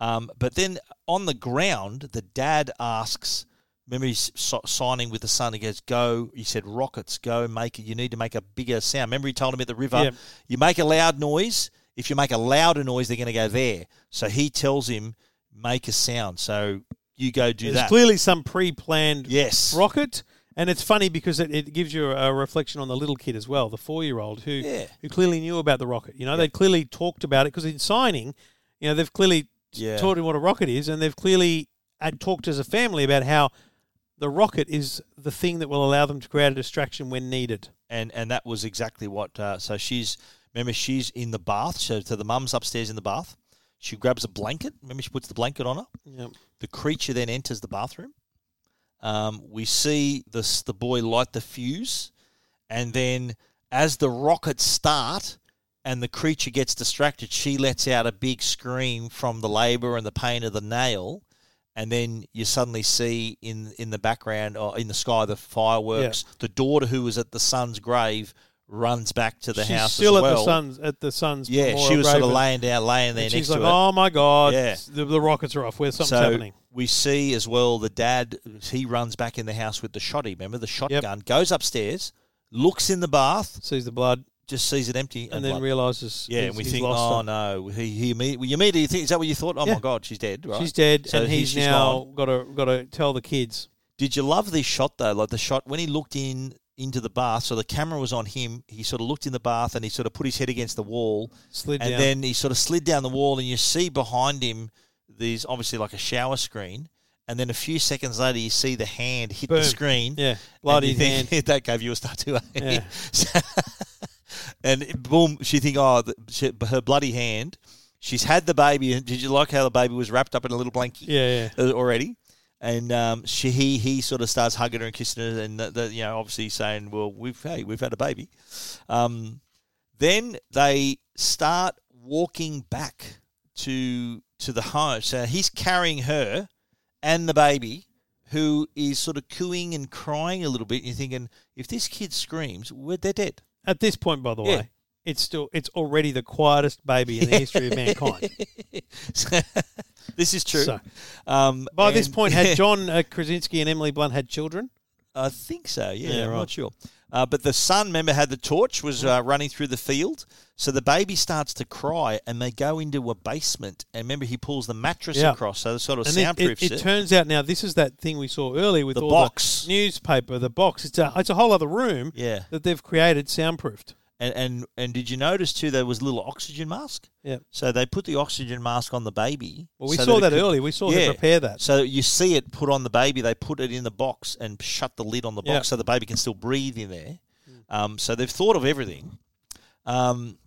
Speaker 8: Um, but then on the ground, the dad asks, remember he's so- signing with the son. He goes, "Go," he said, "Rockets, go make it. You need to make a bigger sound." Remember he told him at the river,
Speaker 9: Yeah.
Speaker 8: "You make a loud noise. If you make a louder noise, they're going to go there." So he tells him, "Make a sound." So you go do
Speaker 9: There's
Speaker 8: that.
Speaker 9: clearly some pre-planned
Speaker 8: Yes.
Speaker 9: rocket, And it's funny because it, it gives you a reflection on the little kid as well, the four year old who
Speaker 8: Yeah.
Speaker 9: who clearly knew about the rocket. You know, they clearly talked about it because in signing, you know, they've clearly
Speaker 8: Yeah.
Speaker 9: taught him what a rocket is, and they've clearly had talked as a family about how the rocket is the thing that will allow them to create a distraction when needed.
Speaker 8: and and that was exactly what. Uh, so she's remember she's in the bath. So, so the mum's upstairs in the bath. She grabs a blanket. Remember she puts the blanket on her.
Speaker 9: Yep.
Speaker 8: The creature then enters the bathroom. Um, we see this the boy light the fuse, and then as the rockets start and the creature gets distracted, she lets out a big scream from the labour and the pain of the nail. And then you suddenly see in in the background or in the sky the fireworks. The daughter who was at the son's grave runs back to the
Speaker 9: she's
Speaker 8: house.
Speaker 9: still
Speaker 8: as
Speaker 9: at the
Speaker 8: well.
Speaker 9: sun's at the sun's.
Speaker 8: Yeah,
Speaker 9: memorial
Speaker 8: she was sort of
Speaker 9: grave,
Speaker 8: laying down, laying
Speaker 9: and
Speaker 8: there next
Speaker 9: she's
Speaker 8: to
Speaker 9: like,
Speaker 8: it
Speaker 9: "Oh my god,
Speaker 8: Yeah.
Speaker 9: the, the rockets are off. Where something's
Speaker 8: so
Speaker 9: happening."
Speaker 8: we see as well the dad. He runs back in the house with the shotty. Remember the shotgun goes upstairs, looks in the bath,
Speaker 9: Sees the blood
Speaker 8: just sees it empty, and,
Speaker 9: and then
Speaker 8: blood.
Speaker 9: realizes.
Speaker 8: yeah,
Speaker 9: he's-
Speaker 8: and we
Speaker 9: he's
Speaker 8: think,
Speaker 9: lost
Speaker 8: oh
Speaker 9: her.
Speaker 8: no, he, he immediately, you immediately think is that what you thought? Oh
Speaker 9: Yeah.
Speaker 8: my god, she's dead. Right?
Speaker 9: She's dead,
Speaker 8: So
Speaker 9: and
Speaker 8: he-
Speaker 9: he's
Speaker 8: she's
Speaker 9: now
Speaker 8: gone.
Speaker 9: got to got to tell the kids.
Speaker 8: Did you love this shot though? Like the shot when he looked in into the bath, so the camera was on him. He sort of looked in the bath and he sort of put his head against the wall,
Speaker 9: Slid
Speaker 8: and
Speaker 9: down.
Speaker 8: then he sort of slid down the wall, and you see behind him these obviously like a shower screen, and then a few seconds later you see the hand hit
Speaker 9: Boom.
Speaker 8: the screen.
Speaker 9: Yeah,
Speaker 8: And
Speaker 9: bloody
Speaker 8: you
Speaker 9: hand.
Speaker 8: think that gave you a star too. eh?
Speaker 9: Yeah.
Speaker 8: So- and it- boom, she think, oh, the, she, her bloody hand. She's had the baby. and Did you like how the baby was wrapped up in a little blanket?
Speaker 9: Yeah,
Speaker 8: uh, Already, and um, she he he sort of starts hugging her and kissing her, and the, the, you know obviously saying, well, we've hey we've had a baby. Um, then they start walking back to to the home. So he's carrying her and the baby, who is sort of cooing and crying a little bit. And you're thinking, if this kid screams, we're, they're dead.
Speaker 9: At this point, by the
Speaker 8: Yeah.
Speaker 9: way, it's still it's already the quietest baby in the history of mankind.
Speaker 8: this is true.
Speaker 9: So-
Speaker 8: um,
Speaker 9: By this
Speaker 8: and-
Speaker 9: point, had John uh, Krasinski and Emily Blunt had children?
Speaker 8: I think so. Yeah,
Speaker 9: Yeah,
Speaker 8: I'm
Speaker 9: right.
Speaker 8: not sure. Uh, but the son, remember, had the torch, was uh, running through the field. So the baby starts to cry, and they go into a basement. And remember, he pulls the mattress
Speaker 9: Yeah.
Speaker 8: across, so it sort of
Speaker 9: And it, it,
Speaker 8: soundproofs it.
Speaker 9: it turns out now this is that thing we saw earlier with
Speaker 8: The
Speaker 9: all
Speaker 8: box.
Speaker 9: the newspaper, the box. It's a it's a whole other room
Speaker 8: Yeah.
Speaker 9: that they've created soundproofed.
Speaker 8: and, and and did you notice too? There was a little oxygen mask.
Speaker 9: Yeah.
Speaker 8: So they put the oxygen mask on the baby.
Speaker 9: Well, we
Speaker 8: so
Speaker 9: saw
Speaker 8: it
Speaker 9: that,
Speaker 8: could-
Speaker 9: earlier. We saw them prepare that.
Speaker 8: So you see it put on the baby. They put it in the box and shut the lid on the box
Speaker 9: Yeah. Mm.
Speaker 8: so the baby can still breathe in there. Um, so they've thought of everything. Um,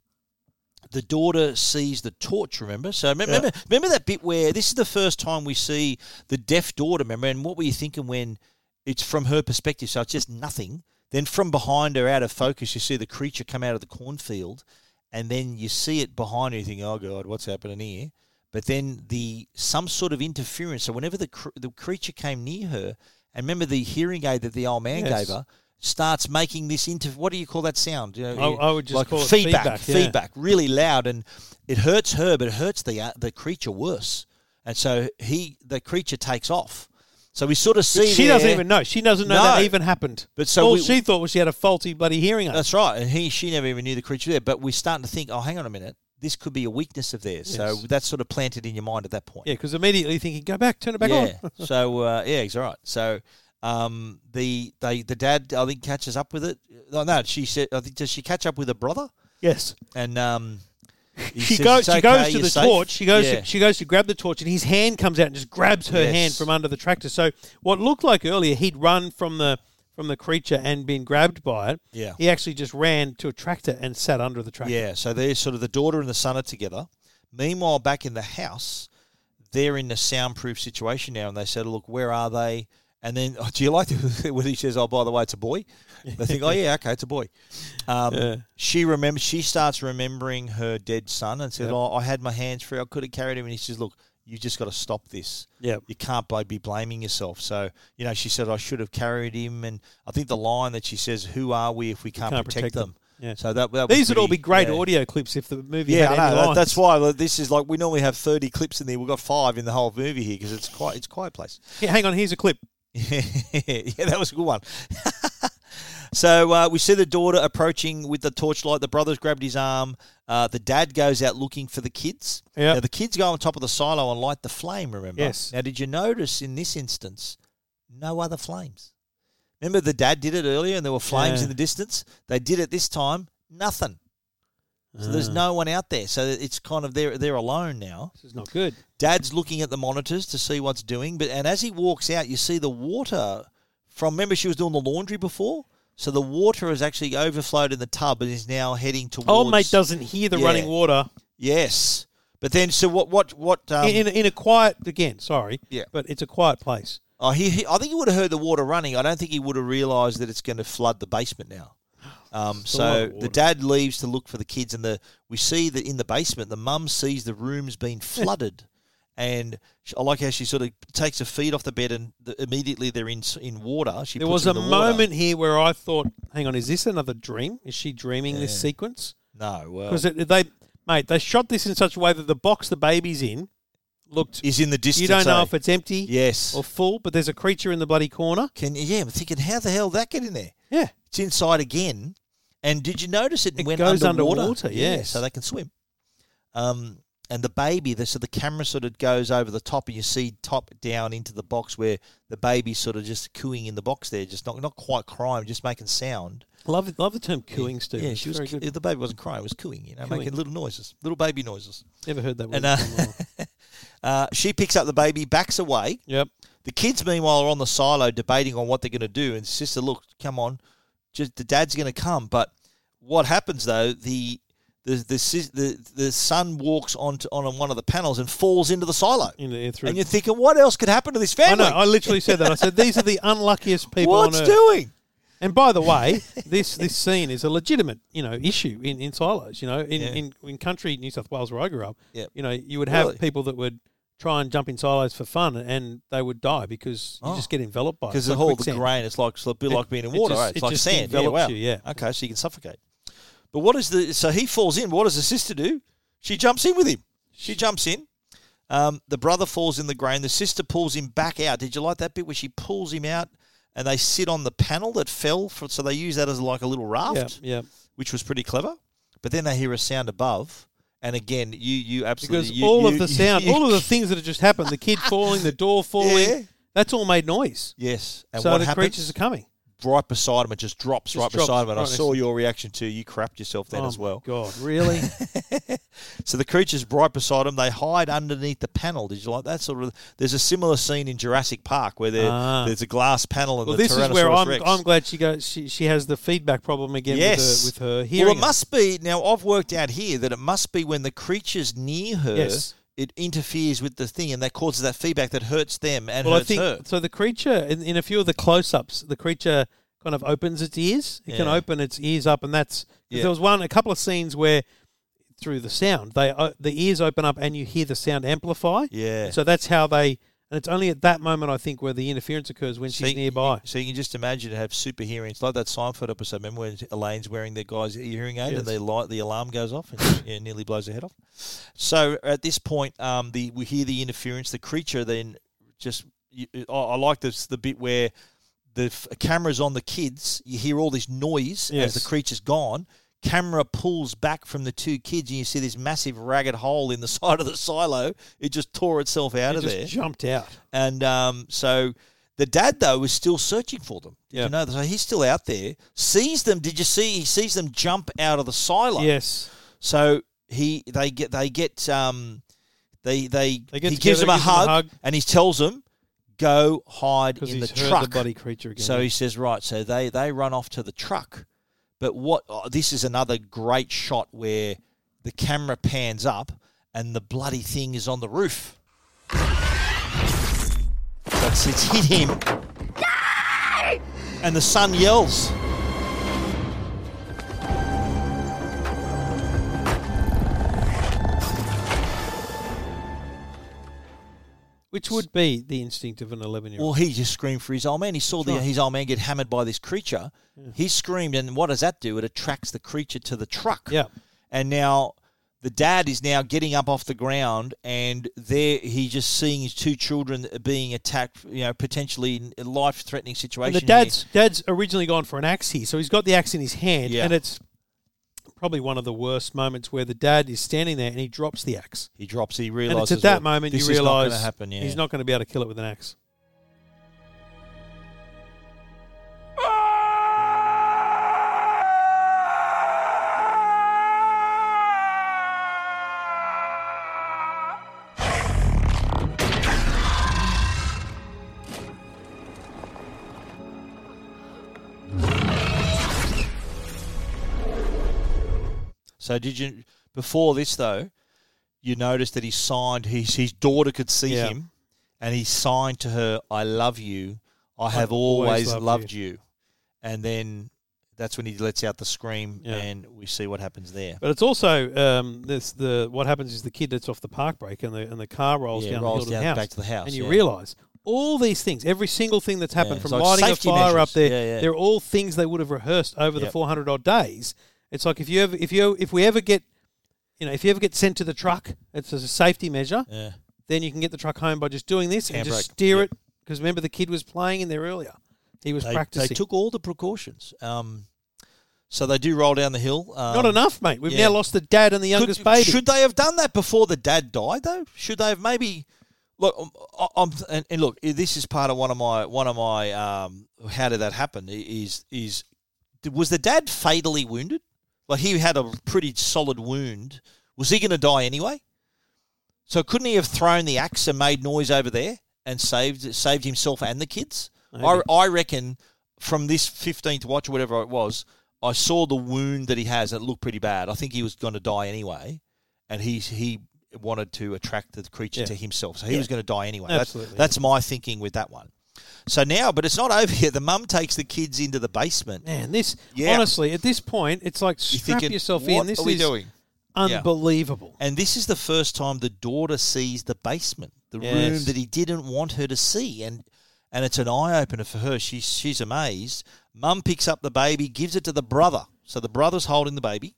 Speaker 8: the daughter sees the torch. Remember, so remember, remember, remember that bit where this is the first time we see the deaf daughter. Remember, and what were you thinking when it's from her perspective? So it's just nothing. Then from behind her, out of focus, you see the creature come out of the cornfield, and then you see it behind her. You think, "Oh God, what's happening here?" But then the some sort of interference. So whenever the cr- the creature came near her, and remember the hearing aid that the old man
Speaker 9: Yes.
Speaker 8: gave her starts making this inter. What do you call that sound? You know,
Speaker 9: I- I would just
Speaker 8: like
Speaker 9: call it
Speaker 8: feedback,
Speaker 9: feedback, yeah.
Speaker 8: feedback, really loud, and it hurts her, but it hurts the uh, the creature worse. And so he, the creature takes off. So we sort of see
Speaker 9: She
Speaker 8: there-
Speaker 9: doesn't even know. She doesn't know that
Speaker 8: No.
Speaker 9: even happened.
Speaker 8: But so
Speaker 9: all
Speaker 8: we-
Speaker 9: she thought was she had a faulty bloody hearing aid.
Speaker 8: That's right. And he, she never even knew the creature there. But we're starting to think, oh, hang on a minute, this could be a weakness of theirs. So
Speaker 9: Yes.
Speaker 8: that's sort of planted in your mind at that point.
Speaker 9: Yeah, because immediately thinking, go back, turn it back
Speaker 8: yeah.
Speaker 9: on.
Speaker 8: so uh, yeah, he's all right. So um, the they the dad I think catches up with it. No, no, she said. I think does she catch up with her brother?
Speaker 9: yes.
Speaker 8: And um, he
Speaker 9: She
Speaker 8: says,
Speaker 9: goes.
Speaker 8: "It's
Speaker 9: She
Speaker 8: okay,
Speaker 9: goes to
Speaker 8: you're
Speaker 9: the
Speaker 8: safe."
Speaker 9: torch. She goes.
Speaker 8: Yeah.
Speaker 9: To, she goes to grab the torch, and his hand comes out and just grabs her
Speaker 8: Yes.
Speaker 9: hand from under the tractor. So what looked like earlier, he'd run from the from the creature and been grabbed by it.
Speaker 8: Yeah.
Speaker 9: He actually just ran to a tractor and sat under the tractor.
Speaker 8: Yeah, so they're sort of the daughter and the son are together. Meanwhile, back in the house, they're in a soundproof situation now, and they said, "Look, where are they?" And then, oh, do you like the, when he says, "Oh, by the way, it's a boy"? They think, "Oh yeah, okay, it's a boy." Um,
Speaker 9: Yeah.
Speaker 8: She remembers. She starts remembering her dead son and said, "Oh, I had my hands free. I could have carried him." And he says, "Look, you just got to stop this.
Speaker 9: Yep.
Speaker 8: You can't bl- be blaming yourself." So you know, she said, "I should have carried him." And I think the line that she says, "Who are we if we can't,
Speaker 9: Can't
Speaker 8: protect,
Speaker 9: protect them."
Speaker 8: them?"
Speaker 9: Yeah.
Speaker 8: So that, that was
Speaker 9: These would all be
Speaker 8: pretty-
Speaker 9: great
Speaker 8: yeah.
Speaker 9: audio clips if the movie.
Speaker 8: Yeah,
Speaker 9: had
Speaker 8: I
Speaker 9: any
Speaker 8: know.
Speaker 9: lines.
Speaker 8: That, that's why like, this is like we normally have thirty clips in there. We've got five in the whole movie here because it's quite it's quite a place.
Speaker 9: Yeah, hang on, here's a clip.
Speaker 8: yeah, that was a good one. so uh, we see the daughter approaching with the torchlight. The brother's grabbed his arm. Uh, the dad goes out looking for the kids.
Speaker 9: Yeah.
Speaker 8: Now the kids go on top of the silo and light the flame. Remember?
Speaker 9: Yes.
Speaker 8: Now, did you notice in this instance no other flames? Remember the dad did it earlier and there were flames
Speaker 9: Yeah.
Speaker 8: in the distance? They did it this time, nothing. So
Speaker 9: Ah.
Speaker 8: there's no one out there. So it's kind of they're they're alone now.
Speaker 9: This is not good.
Speaker 8: Dad's looking at the monitors to see what's doing, but and as he walks out, you see the water from. Remember, she was doing the laundry before, so the water has actually overflowed in the tub and is now heading towards.
Speaker 9: Old Oh, mate doesn't hear the
Speaker 8: Yeah.
Speaker 9: running water
Speaker 8: Yes, but then so what? What? What? Um,
Speaker 9: in, in, in a quiet again. Sorry,
Speaker 8: Yeah.
Speaker 9: but it's a quiet place.
Speaker 8: oh, he, he- I think he would have heard the water running. I don't think he would have realised that it's going to flood the basement now. Um, so the dad leaves to look for the kids, and the we see that in the basement, the mum sees the room's been flooded, and sh I like how she sort of takes her feet off the bed, and the, immediately they're in s- in water. She
Speaker 9: There
Speaker 8: puts
Speaker 9: was a
Speaker 8: them in the water.
Speaker 9: moment here where I thought, "Hang on, is this another dream? Is she dreaming this sequence?"
Speaker 8: No, well,
Speaker 9: Because they, mate, they shot this in such a way that the box the baby's in looked.
Speaker 8: is in the distance.
Speaker 9: You don't know
Speaker 8: eh?
Speaker 9: if it's empty
Speaker 8: yes.
Speaker 9: or full, but there's a creature in the bloody corner.
Speaker 8: Can yeah, I'm thinking how the hell did that get in there?
Speaker 9: Yeah.
Speaker 8: It's inside again. And did you notice it,
Speaker 9: It
Speaker 8: went
Speaker 9: goes
Speaker 8: underwater?
Speaker 9: underwater,
Speaker 8: yeah,
Speaker 9: yes.
Speaker 8: so they can swim. Um, and the baby, the, so the camera sort of goes over the top, and you see top down into the box where the baby's sort of just cooing in the box there, just not not quite crying, just making sound.
Speaker 9: Love, love the term cooing, Steve.
Speaker 8: yeah, she was.
Speaker 9: very good.
Speaker 8: The baby wasn't crying; it was cooing, you know,
Speaker 9: Cooing.
Speaker 8: making little noises, little baby noises.
Speaker 9: Never heard that word.
Speaker 8: And uh,
Speaker 9: before in my life.
Speaker 8: uh, she picks up the baby, backs away,
Speaker 9: yep.
Speaker 8: the kids, meanwhile, are on the silo debating on what they're going to do. And sister, look, come on, just the dad's going to come. But what happens though? The the the sis- the, the son walks onto on one of the panels and falls into the silo.
Speaker 9: In the, through.
Speaker 8: And you're thinking, what else could happen to this
Speaker 9: I know.
Speaker 8: family?
Speaker 9: I literally said that. I said these are the unluckiest people
Speaker 8: What's
Speaker 9: on earth.
Speaker 8: doing?
Speaker 9: And by the way, this this scene is a legitimate, you know, issue in, in silos. You know, in,
Speaker 8: Yeah.
Speaker 9: in, in country New South Wales where I grew up,
Speaker 8: Yep.
Speaker 9: you know, you would have
Speaker 8: Really?
Speaker 9: people that would try and jump in silos for fun, and they would die because you
Speaker 8: Oh.
Speaker 9: just get enveloped by it. It's
Speaker 8: Because the
Speaker 9: like
Speaker 8: whole the
Speaker 9: quicksand.
Speaker 8: grain, it's like it's a bit
Speaker 9: It-
Speaker 8: like being in
Speaker 9: it
Speaker 8: water.
Speaker 9: just-
Speaker 8: right? It's
Speaker 9: it
Speaker 8: like
Speaker 9: just
Speaker 8: sand. Yeah,
Speaker 9: envelops
Speaker 8: wow.
Speaker 9: you, yeah.
Speaker 8: Okay, so you can suffocate. But what is the so he falls in? What does the sister do? She jumps in with him. She jumps in. Um, the brother falls in the grain. The sister pulls him back out. Did you like that bit where she pulls him out and they sit on the panel that fell? For, so they use that as like a little raft,
Speaker 9: Yeah, yeah.
Speaker 8: which was pretty clever. But then they hear a sound above, and again, you you absolutely
Speaker 9: Because
Speaker 8: you-
Speaker 9: all of
Speaker 8: you-
Speaker 9: the
Speaker 8: you-
Speaker 9: sound,
Speaker 8: you-
Speaker 9: all of the things that have just happened, the kid falling, the door falling,
Speaker 8: Yeah.
Speaker 9: that's all made noise.
Speaker 8: yes. And
Speaker 9: so
Speaker 8: what
Speaker 9: the
Speaker 8: happens?
Speaker 9: creatures are coming.
Speaker 8: right beside him. It just drops
Speaker 9: Just
Speaker 8: right
Speaker 9: drops
Speaker 8: beside him. And
Speaker 9: right
Speaker 8: I
Speaker 9: next
Speaker 8: saw
Speaker 9: to-
Speaker 8: your reaction too. You crapped yourself then
Speaker 9: Oh
Speaker 8: as
Speaker 9: my
Speaker 8: well.
Speaker 9: God, really?
Speaker 8: So the creature's right beside him. They hide underneath the panel. Did you like that sort of? There's a similar scene in Jurassic Park where there,
Speaker 9: Ah.
Speaker 8: there's a glass panel and
Speaker 9: well,
Speaker 8: the
Speaker 9: this
Speaker 8: Tyrannosaurus
Speaker 9: is where I'm.
Speaker 8: Rex.
Speaker 9: I'm glad she goes. She, she has the feedback problem again
Speaker 8: yes,
Speaker 9: with her, with her hearing.
Speaker 8: Well, it must be now. I've worked out here that it must be when the creature's near her.
Speaker 9: Yes.
Speaker 8: It interferes with the thing, and that causes that feedback that hurts them and
Speaker 9: Well, I
Speaker 8: hurts
Speaker 9: think
Speaker 8: her.
Speaker 9: so. The creature in, in a few of the close-ups, the creature kind of opens its ears. It can
Speaker 8: Yeah.
Speaker 9: open its ears up, and that's 'cause
Speaker 8: Yeah.
Speaker 9: there was one a couple of scenes where through the sound they uh, the ears open up and you hear the sound amplify.
Speaker 8: Yeah.
Speaker 9: So that's how they. And it's only at that moment I think where the interference occurs when
Speaker 8: So
Speaker 9: she's
Speaker 8: you-
Speaker 9: nearby.
Speaker 8: So you can just imagine to have super hearing. It's like that Seinfeld episode. Remember when Elaine's wearing the guy's hearing aid
Speaker 9: Yes.
Speaker 8: and the light, the alarm goes off and she- yeah, nearly blows her head off. So at this point, um, the we hear the interference. The creature then just. You, I, I like this the bit where the f- camera's on the kids. You hear all this noise
Speaker 9: Yes.
Speaker 8: as the creature's gone. Camera pulls back from the two kids, and you see this massive ragged hole in the side of the silo. It just tore itself out
Speaker 9: It
Speaker 8: of
Speaker 9: just
Speaker 8: there.
Speaker 9: jumped out.
Speaker 8: And um, so the dad though was still searching for them. Did
Speaker 9: Yeah.
Speaker 8: you know? that? So he's still out there. Sees them. Did you see? He sees them jump out of the silo.
Speaker 9: Yes.
Speaker 8: So he they get they get um they they,
Speaker 9: They get
Speaker 8: he
Speaker 9: together,
Speaker 8: gives them a,
Speaker 9: gives them a
Speaker 8: hug,
Speaker 9: hug.
Speaker 8: and he tells them go hide
Speaker 9: Because
Speaker 8: in
Speaker 9: he's
Speaker 8: the
Speaker 9: heard
Speaker 8: truck.
Speaker 9: the bloody creature again.
Speaker 8: So he says, right. So they they run off to the truck, but what? Oh, this is another great shot where the camera pans up and the bloody thing is on the roof. That's it's hit him, and the son yells.
Speaker 9: which would be the instinct of an eleven-year-old.
Speaker 8: Well, he just screamed for his old man. He saw the,
Speaker 9: Sure.
Speaker 8: his old man get hammered by this creature. He screamed, and what does that do? It attracts the creature to the truck.
Speaker 9: Yeah.
Speaker 8: And now the dad is now getting up off the ground, and there he just seeing his two children being attacked, you know, potentially in a life threatening
Speaker 9: And
Speaker 8: situation.
Speaker 9: the
Speaker 8: here.
Speaker 9: dad's dad's originally gone for an axe here, so he's got the axe in his hand,
Speaker 8: Yeah.
Speaker 9: and it's probably one of the worst moments where the dad is standing there and he drops the axe.
Speaker 8: he drops. He
Speaker 9: And
Speaker 8: realizes
Speaker 9: it's at that moment
Speaker 8: this
Speaker 9: you realize
Speaker 8: is not going to happen. Yeah.
Speaker 9: he's not going to be able to kill it with an axe.
Speaker 8: So did you before this though? You noticed that he signed. His his daughter could see
Speaker 9: Yeah.
Speaker 8: him, and he signed to her, "I love you. I have
Speaker 9: always
Speaker 8: always,
Speaker 9: loved
Speaker 8: loved, you. And then that's when he lets out the scream,
Speaker 9: Yeah.
Speaker 8: and we see what happens there.
Speaker 9: But it's also um, this the what happens is the kid that's off the park break and the and the car rolls
Speaker 8: Yeah,
Speaker 9: down the hill
Speaker 8: rolls
Speaker 9: to the
Speaker 8: down
Speaker 9: house,
Speaker 8: back to the house,
Speaker 9: and you
Speaker 8: yeah.
Speaker 9: realise all these things, every single thing that's happened
Speaker 8: Yeah,
Speaker 9: from
Speaker 8: so it's
Speaker 9: lighting a
Speaker 8: safety
Speaker 9: fire up
Speaker 8: measures.
Speaker 9: there,
Speaker 8: Yeah, yeah.
Speaker 9: they're all things they would have rehearsed over the
Speaker 8: Yep.
Speaker 9: four hundred odd days. It's like if you ever if you if we ever get you know if you ever get sent to the truck, it's as a safety measure.
Speaker 8: Yeah.
Speaker 9: Then you can get the truck home by just doing this and just
Speaker 8: Handbrake,
Speaker 9: steer
Speaker 8: yep.
Speaker 9: it because remember the kid was playing in there earlier. He was
Speaker 8: They, they
Speaker 9: practicing.
Speaker 8: took all the precautions. Um, so they do roll down the hill. Um,
Speaker 9: Not enough, mate. We've
Speaker 8: yeah.
Speaker 9: now lost the dad and the youngest
Speaker 8: Could-
Speaker 9: baby.
Speaker 8: Should they have done that before the dad died, though? Should they have maybe look? um, I- I'm, and, and look, this is part of one of my one of my um, how did that happen? i- Is is was the dad fatally wounded? Like he had a pretty solid wound. Was he going to die anyway? So couldn't he have thrown the axe and made noise over there and saved saved himself and the kids? I, I reckon from this fifteenth watch or whatever it was, I saw the wound that he has. It looked pretty bad. I think he was going to die anyway, and he he wanted to attract the creature
Speaker 9: Yeah.
Speaker 8: to himself, so he was going to die anyway.
Speaker 9: Absolutely,
Speaker 8: That's, that's my thinking with that one. So now, but it's not over yet. The mum takes the kids into the basement.
Speaker 9: Man, this
Speaker 8: Yeah.
Speaker 9: honestly at this point, it's like
Speaker 8: You're
Speaker 9: strap
Speaker 8: thinking,
Speaker 9: yourself
Speaker 8: what
Speaker 9: in. This
Speaker 8: are we
Speaker 9: is
Speaker 8: doing?
Speaker 9: unbelievable.
Speaker 8: And this is the first time the daughter sees the basement, the room
Speaker 9: Yes.
Speaker 8: that he didn't want her to see, and and it's an eye opener for her. She's she's amazed. Mum picks up the baby, gives it to the brother. So the brother's holding the baby.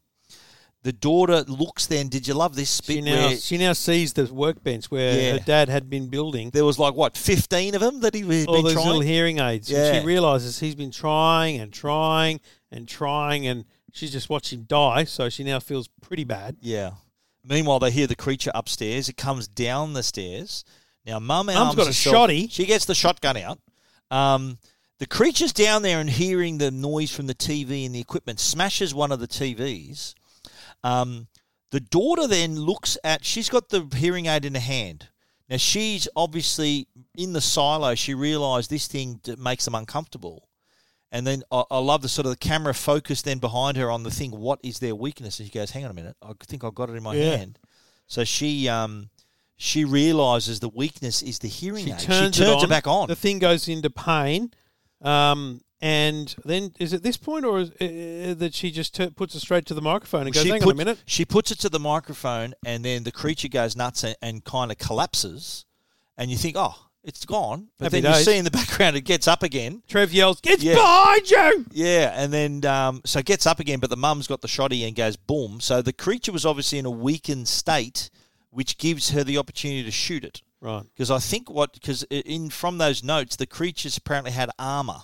Speaker 8: The daughter looks. Then, did you love this bit?
Speaker 9: She now
Speaker 8: where
Speaker 9: she now sees the workbench where
Speaker 8: Yeah.
Speaker 9: her dad had been building
Speaker 8: there was like what fifteen of them that he had
Speaker 9: all
Speaker 8: been
Speaker 9: those little
Speaker 8: trying.
Speaker 9: hearing aids, and
Speaker 8: Yeah.
Speaker 9: she realizes he's been trying and trying and trying, and she's just watched him die. So she now feels pretty bad.
Speaker 8: Yeah. Meanwhile, they hear the creature upstairs. It comes down the stairs. Now, mum
Speaker 9: Mum's
Speaker 8: arms
Speaker 9: got a
Speaker 8: herself.
Speaker 9: shotty.
Speaker 8: She gets the shotgun out. Um, the creature's down there and hearing the noise from the TV and the equipment smashes one of the TVs. Um, the daughter then looks at. She's got the hearing aid in her hand. Now she's obviously in the silo. She realised this thing d- makes them uncomfortable. And then I, I love the sort of the camera focus then behind her on the thing. What is their weakness? And she goes, "Hang on a minute. I think I got it in my
Speaker 9: Yeah.
Speaker 8: hand." So she um, she realises the weakness is the hearing
Speaker 9: She
Speaker 8: aid.
Speaker 9: turns,
Speaker 8: she turns
Speaker 9: it, on,
Speaker 8: it back on.
Speaker 9: The thing goes into pain, um, and then is it this point or is, uh, that she just tur puts it straight to the microphone and goes, "Hang on a
Speaker 8: puts-
Speaker 9: minute."
Speaker 8: She puts it to the microphone, and then the creature goes nuts and, and kind of collapses. And you think, oh, it's gone. But
Speaker 9: Happy
Speaker 8: then
Speaker 9: days.
Speaker 8: you see in the background it gets up again.
Speaker 9: Trev yells, "It's
Speaker 8: Yeah.
Speaker 9: behind you!"
Speaker 8: Yeah, and then um, so it gets up again, but the mum's got the shoddy and goes boom. So the creature was obviously in a weakened state, which gives her the opportunity to shoot it.
Speaker 9: Right.
Speaker 8: Because I think what because in from those notes, the creatures apparently had armor.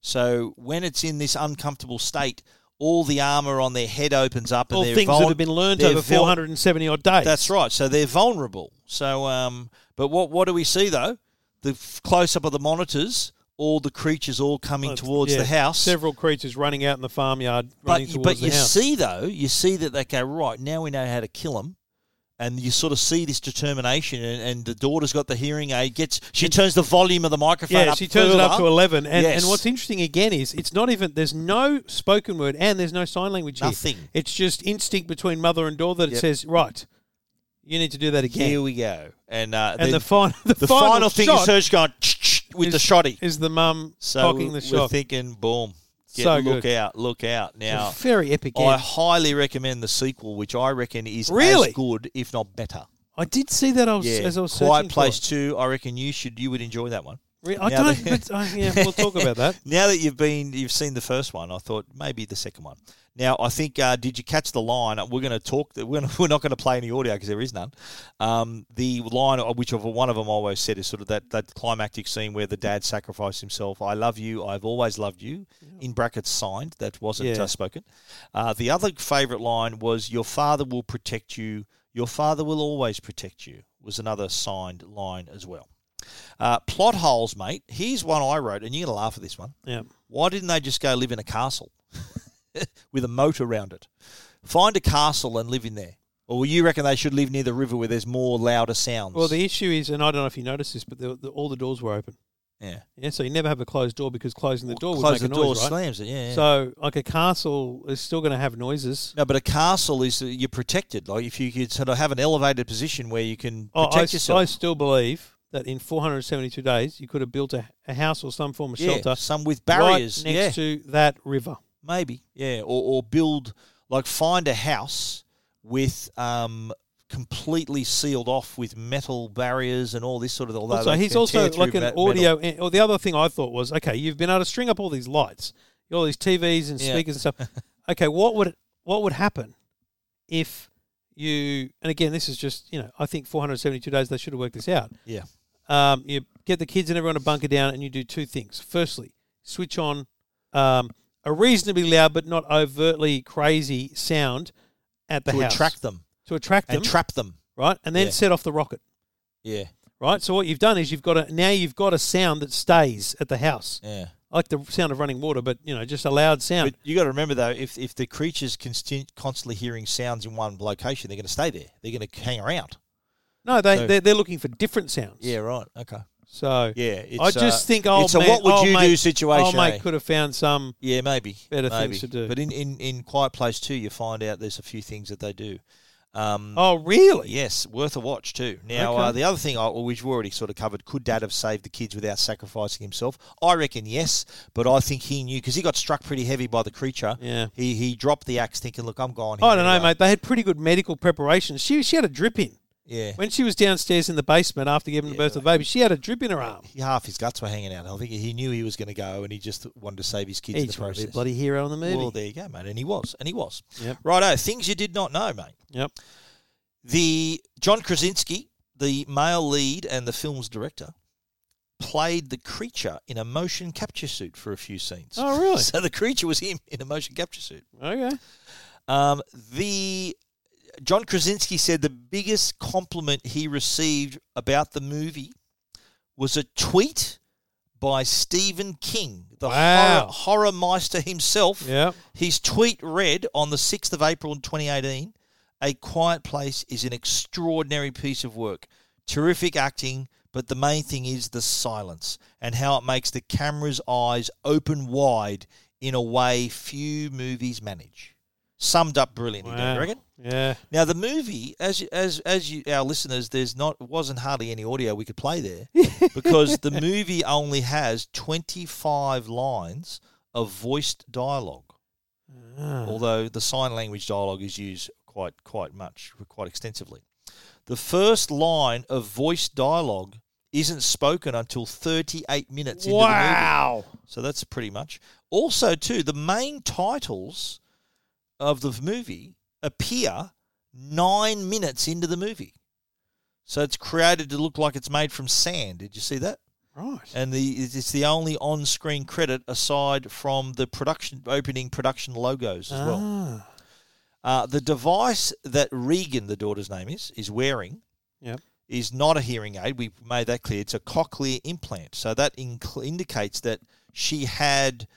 Speaker 8: So when it's in this uncomfortable state, all the armor on their head opens up, and
Speaker 9: All
Speaker 8: they're
Speaker 9: things that
Speaker 8: vul-
Speaker 9: have been learned
Speaker 8: they're
Speaker 9: over
Speaker 8: vul-
Speaker 9: 470 odd days.
Speaker 8: That's right. So they're vulnerable. So, um, but what what do we see though? The f- close up of the monitors, all the creatures all coming towards
Speaker 9: Yeah,
Speaker 8: the house.
Speaker 9: Several creatures running out in the farmyard, running
Speaker 8: but
Speaker 9: towards
Speaker 8: but
Speaker 9: the
Speaker 8: you
Speaker 9: house.
Speaker 8: see though, you see that they go right now. We know how to kill them. And you sort of see this determination, and, and the daughter's got the hearing aid. Gets she turns the volume of the microphone.
Speaker 9: yeah,
Speaker 8: up
Speaker 9: she turns it up
Speaker 8: further.
Speaker 9: to 11. And,
Speaker 8: Yes.
Speaker 9: and what's interesting again is it's not even, there's no spoken word and there's no sign language here.
Speaker 8: Nothing.
Speaker 9: It's just instinct between mother and daughter that
Speaker 8: Yep.
Speaker 9: says, right, you need to do that again.
Speaker 8: Here we go, and uh,
Speaker 9: and
Speaker 8: then
Speaker 9: the, fin- the,
Speaker 8: the final, thing is
Speaker 9: shot
Speaker 8: her going with the
Speaker 9: is-
Speaker 8: shoddy.
Speaker 9: Is the mum
Speaker 8: So
Speaker 9: cocking the
Speaker 8: we're
Speaker 9: shot.
Speaker 8: thinking, boom, get,
Speaker 9: So
Speaker 8: look
Speaker 9: good.
Speaker 8: out, look out
Speaker 9: It's a
Speaker 8: now.
Speaker 9: very epic
Speaker 8: I
Speaker 9: end.
Speaker 8: highly recommend the sequel, which I reckon is
Speaker 9: Really?
Speaker 8: as good, if not better.
Speaker 9: I did see that I was, as I was
Speaker 8: Quiet
Speaker 9: searching
Speaker 8: Place
Speaker 9: for it.
Speaker 8: Two. I reckon you should you would enjoy that one.
Speaker 9: Re- I
Speaker 8: Now
Speaker 9: don't,
Speaker 8: that-
Speaker 9: but, uh, yeah, we'll talk about that.
Speaker 8: Now that you've been you've seen the first one, I thought maybe the second one. Now I think uh, did you catch the line? We're going to talk. We're, gonna, we're not going to play any audio because there is none. Um, the line, uh, which of one of them I always said, is sort of that that climactic scene where the dad sacrificed himself. I love you. I've always loved you. In brackets signed. That wasn't
Speaker 9: Yeah.
Speaker 8: uh, spoken. Uh, the other favourite line was your father will protect you. Your father will always protect you. Was another signed line as well. Uh, plot holes, mate. Here's one I wrote, and you're going to laugh at this one.
Speaker 9: Yeah.
Speaker 8: Why didn't they just go live in a castle with a moat around it? Find a castle and live in there. Or you reckon they should live near the river where there's more louder sounds?
Speaker 9: Well, the issue is, and I don't know if you noticed this, but the, the, all the doors were open.
Speaker 8: Yeah.
Speaker 9: Yeah, so you never have a closed door because closing the door would
Speaker 8: Close
Speaker 9: make
Speaker 8: the
Speaker 9: a
Speaker 8: door,
Speaker 9: noise, right?
Speaker 8: slams it. Yeah. yeah.
Speaker 9: So like a castle is still going to have noises.
Speaker 8: no, but a castle is that you're protected. Like if you could sort of have an elevated position where you can
Speaker 9: Oh,
Speaker 8: protect
Speaker 9: I,
Speaker 8: yourself.
Speaker 9: I still believe that in 472 days you could have built a, a house or some form of
Speaker 8: yeah,
Speaker 9: shelter
Speaker 8: some with
Speaker 9: right
Speaker 8: barriers.
Speaker 9: next
Speaker 8: yeah.
Speaker 9: to that river.
Speaker 8: Maybe, yeah, or or build like find a house with um completely sealed off with metal barriers and all this sort of. Although
Speaker 9: Also,
Speaker 8: they
Speaker 9: he's
Speaker 8: can
Speaker 9: also
Speaker 8: tear through
Speaker 9: like an
Speaker 8: me- metal.
Speaker 9: audio. en- Or the other thing I thought was, okay, you've been able to string up all these lights, all these TVs and
Speaker 8: Yeah.
Speaker 9: speakers and stuff. okay, what would what would happen if you? And again, this is just you know, I think 472 days. They should have worked this out.
Speaker 8: Yeah,
Speaker 9: Um, you get the kids and everyone to bunker down, and you do two things. Firstly, switch on um, a reasonably loud but not overtly crazy sound at the
Speaker 8: to
Speaker 9: house
Speaker 8: attract them
Speaker 9: to attract them,
Speaker 8: and trap them.
Speaker 9: right? And then
Speaker 8: Yeah.
Speaker 9: set off the rocket
Speaker 8: Yeah,
Speaker 9: right? So what you've done is you've got a now you've got a sound that stays at the house,
Speaker 8: yeah.
Speaker 9: like the sound of running water, but you know, just a loud sound.
Speaker 8: But you got to remember though, if if the creatures constant, constantly hearing sounds in one location, they're going to stay there. They're going to hang around.
Speaker 9: no, they
Speaker 8: so-
Speaker 9: they're, they're looking for different sounds.
Speaker 8: right. Okay.
Speaker 9: So
Speaker 8: Yeah, it's,
Speaker 9: I just
Speaker 8: uh,
Speaker 9: think oh,
Speaker 8: it's a
Speaker 9: man,
Speaker 8: what would
Speaker 9: oh,
Speaker 8: you do
Speaker 9: mate,
Speaker 8: situation,
Speaker 9: Oh, mate,
Speaker 8: eh?
Speaker 9: could have found some.
Speaker 8: Yeah, maybe
Speaker 9: Better things
Speaker 8: maybe.
Speaker 9: to do.
Speaker 8: But in, in in Quiet Place too, you find out there's a few things that they do. Um,
Speaker 9: Oh, really?
Speaker 8: Yes, worth a watch too. Now,
Speaker 9: Okay.
Speaker 8: uh, the other thing, I, which we've already sort of covered, could Dad have saved the kids without sacrificing himself? I reckon yes, but I think he knew because he got struck pretty heavy by the creature.
Speaker 9: Yeah.
Speaker 8: he he dropped the axe, thinking, "Look, I'm gone."
Speaker 9: I
Speaker 8: here
Speaker 9: don't know,
Speaker 8: anyway."
Speaker 9: mate. They had pretty good medical preparation. She she had a drip in
Speaker 8: Yeah,
Speaker 9: when she was downstairs in the basement after giving birth to the baby. She had a drip in her arm.
Speaker 8: He- half his guts were hanging out. I think he knew he was going to go, and he just wanted to save his kids in the
Speaker 9: He's
Speaker 8: process.
Speaker 9: a bloody hero in the movie.
Speaker 8: well, there you go, mate, and he was, and he was.
Speaker 9: Yep.
Speaker 8: Righto, things you did not know, mate.
Speaker 9: yep.
Speaker 8: The John Krasinski, the male lead and the film's director, played the creature in a motion capture suit for a few scenes.
Speaker 9: Oh, really?
Speaker 8: so the creature was him in a motion capture suit.
Speaker 9: Okay.
Speaker 8: Um, the John Krasinski said the biggest compliment he received about the movie was a tweet by Stephen King, the
Speaker 9: Wow.
Speaker 8: horror, horror meister himself.
Speaker 9: Yep.
Speaker 8: His tweet read on the 6th of April in 2018 A Quiet Place is an extraordinary piece of work. Terrific acting, but the main thing is the silence and how it makes the camera's eyes open wide in a way few movies manage. Summed up brilliantly, don't
Speaker 9: Wow.
Speaker 8: you reckon?
Speaker 9: Yeah.
Speaker 8: Now the movie, as as as you our listeners, there's not wasn't hardly any audio we could play there because the movie only has 25 lines of voiced dialogue.
Speaker 9: Ah.
Speaker 8: Although the sign language dialogue is used quite quite much, quite extensively. The first line of voiced dialogue isn't spoken until 38 minutes into the movie.
Speaker 9: Wow.
Speaker 8: So that's pretty much. Also, too, the main titles of the movie appear nine minutes into the movie. So it's created to look like it's made from sand. Did you see that?
Speaker 9: Right.
Speaker 8: And the it's the only on-screen credit aside from the production opening production logos as well.
Speaker 9: Ah.
Speaker 8: Uh, the device that Regan, the daughter's name is, is wearing
Speaker 9: Yep.
Speaker 8: is not a hearing aid. We made that clear. It's a cochlear implant. So that inc- indicates that she had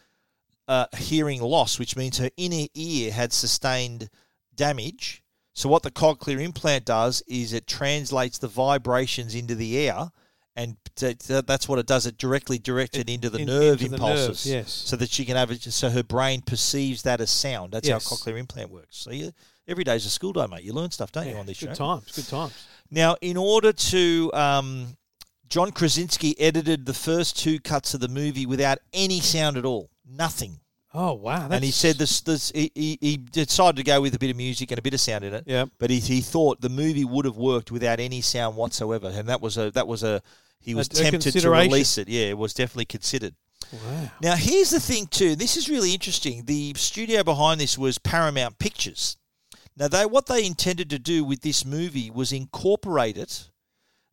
Speaker 8: uh, hearing loss, which means her inner ear had sustained damage. So what the cochlear implant does is it translates the vibrations into the air, and that- that- that's what it does. It directly directs it, into the
Speaker 9: in-
Speaker 8: nerve
Speaker 9: into the nerve,
Speaker 8: impulses,
Speaker 9: yes.
Speaker 8: so that she can have it. So her brain perceives that as sound. That's
Speaker 9: Yes.
Speaker 8: how cochlear implant works. So you, every day's a school day, mate. You learn stuff, don't you, on this
Speaker 9: good
Speaker 8: show?
Speaker 9: times. Good times.
Speaker 8: Now, in order to, um, John Krasinski edited the first two cuts of the movie without any sound at all, nothing.
Speaker 9: Oh wow! That's,
Speaker 8: And he said this, this he, he, he decided to go with a bit of music and a bit of sound in it.
Speaker 9: Yep.
Speaker 8: But he, he thought the movie would have worked without any sound whatsoever, and that was a that was a he was
Speaker 9: a
Speaker 8: tempted to
Speaker 9: consideration.
Speaker 8: release it. Yeah, it was definitely considered.
Speaker 9: Wow.
Speaker 8: Now, here's the thing, too. This is really interesting. The studio behind this was Paramount Pictures. Now, they what they intended to do with this movie was incorporate it,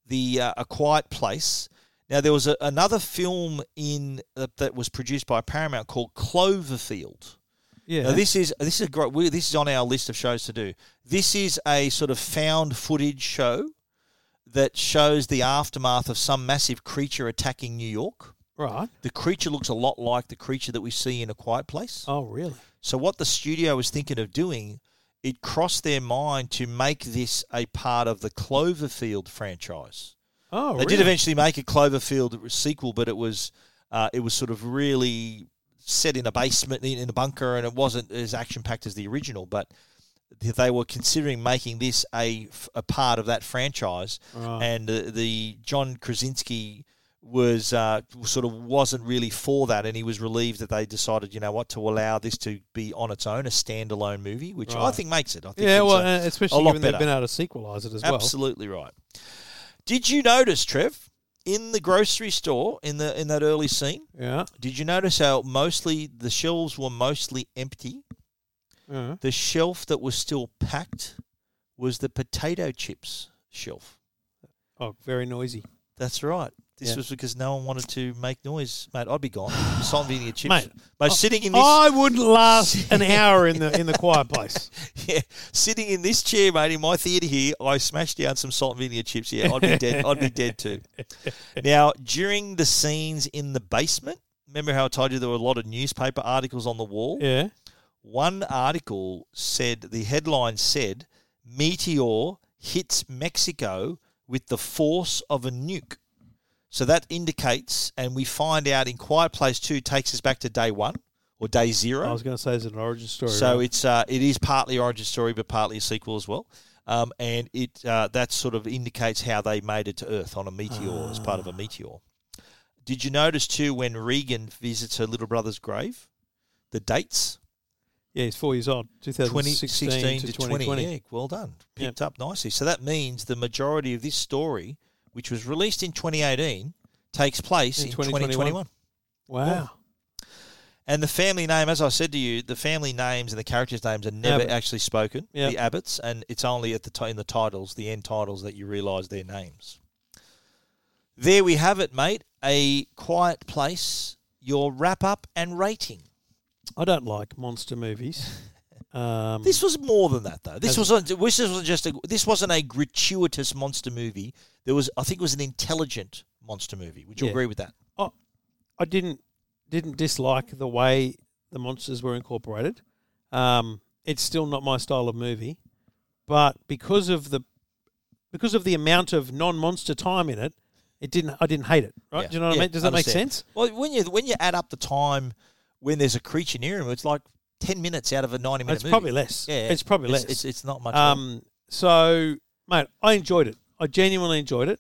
Speaker 8: the uh, A Quiet Place. Now, there was a, another film in uh, that that was produced by Paramount called Cloverfield.
Speaker 9: Yeah.
Speaker 8: Now, this is this is a great. we- This is on our list of shows to do. This is a sort of found footage show that shows the aftermath of some massive creature attacking New York.
Speaker 9: right.
Speaker 8: The creature looks a lot like the creature that we see in A Quiet Place.
Speaker 9: Oh really?
Speaker 8: So, what the studio was thinking of doing, it crossed their mind to make this a part of the Cloverfield franchise.
Speaker 9: Oh,
Speaker 8: they
Speaker 9: really?
Speaker 8: did eventually make a Cloverfield sequel, but it was uh, it was sort of really set in a basement in, in a bunker, and it wasn't as action packed as the original. But th- they were considering making this a, f- a part of that franchise, and uh, the John Krasinski was uh, sort of wasn't really for that, and he was relieved that they decided, you know what, to allow this to be on its own, a standalone movie, which I
Speaker 9: Right.
Speaker 8: think makes it. I think
Speaker 9: Yeah,
Speaker 8: it's
Speaker 9: well,
Speaker 8: a-
Speaker 9: uh, especially
Speaker 8: a lot
Speaker 9: given
Speaker 8: better.
Speaker 9: they've been able to sequelize it as well.
Speaker 8: Absolutely right. Did you notice, Trev, in the grocery store in the in that early scene?
Speaker 9: Yeah.
Speaker 8: Did you notice how mostly the shelves were mostly empty?
Speaker 9: yeah.
Speaker 8: The shelf that was still packed was the potato chips shelf.
Speaker 9: Oh, very noisy.
Speaker 8: That's right. This
Speaker 9: Yeah.
Speaker 8: was because no one wanted to make noise, mate. I'd be gone. Solving your chips,
Speaker 9: Mate,
Speaker 8: Mate,
Speaker 9: I-
Speaker 8: sitting in this,
Speaker 9: I wouldn't last an hour in the in the quiet place.
Speaker 8: yeah, sitting in this chair, mate, in my theatre here, I smashed down some salt and vinegar chips. Yeah, I'd be dead. I'd be dead too. Now, during the scenes in the basement, remember how I told you there were a lot of newspaper articles on the wall?
Speaker 9: Yeah.
Speaker 8: One article said the headline said meteor hits Mexico with the force of a nuke. So that indicates, and we find out in Quiet Place Two takes us back to day one or day zero.
Speaker 9: I was going to say, is it an origin story?
Speaker 8: So
Speaker 9: right?
Speaker 8: it's uh, it is partly origin story, but partly a sequel as well. Um, and it uh, that sort of indicates how they made it to Earth on a meteor as part of a meteor. Did you notice too when Regan visits her little brother's grave, the dates
Speaker 9: yeah, he's four years old, 2016 to 2020.
Speaker 8: Yeah, well done, picked up nicely. So that means the majority of this story, which was released in 2018, takes place in,
Speaker 9: In 2021.
Speaker 8: 2021.
Speaker 9: Wow.
Speaker 8: And the family name, as I said to you, the family names and the characters' names are never
Speaker 9: Abbott.
Speaker 8: actually spoken.
Speaker 9: Yeah.
Speaker 8: The Abbots, and it's only at the t- in the titles, the end titles, that you realise their names. There we have it, mate. A quiet place. Your wrap up and rating.
Speaker 9: I don't like monster movies. Um,
Speaker 8: This was more than that, though. This wasn't. This wasn't just. A, this wasn't a gratuitous monster movie. There was. I think it was an intelligent monster movie. Would you
Speaker 9: Yeah.
Speaker 8: agree with that?
Speaker 9: I, I didn't didn't dislike the way the monsters were incorporated. Um, it's still not my style of movie, but because of the because of the amount of non-monster time in it, it didn't. I didn't hate it. Right?
Speaker 8: Yeah.
Speaker 9: Do you know what
Speaker 8: Yeah,
Speaker 9: I mean? Does that
Speaker 8: understand.
Speaker 9: make sense?
Speaker 8: Well, when you when you add up the time when there's a creature near him, it's like ten minutes out of a ninety minute.
Speaker 9: It's
Speaker 8: movie.
Speaker 9: probably less.
Speaker 8: Yeah,
Speaker 9: It's probably less.
Speaker 8: It's, it's not much. at all.
Speaker 9: Um, so, mate, I enjoyed it. I genuinely enjoyed it.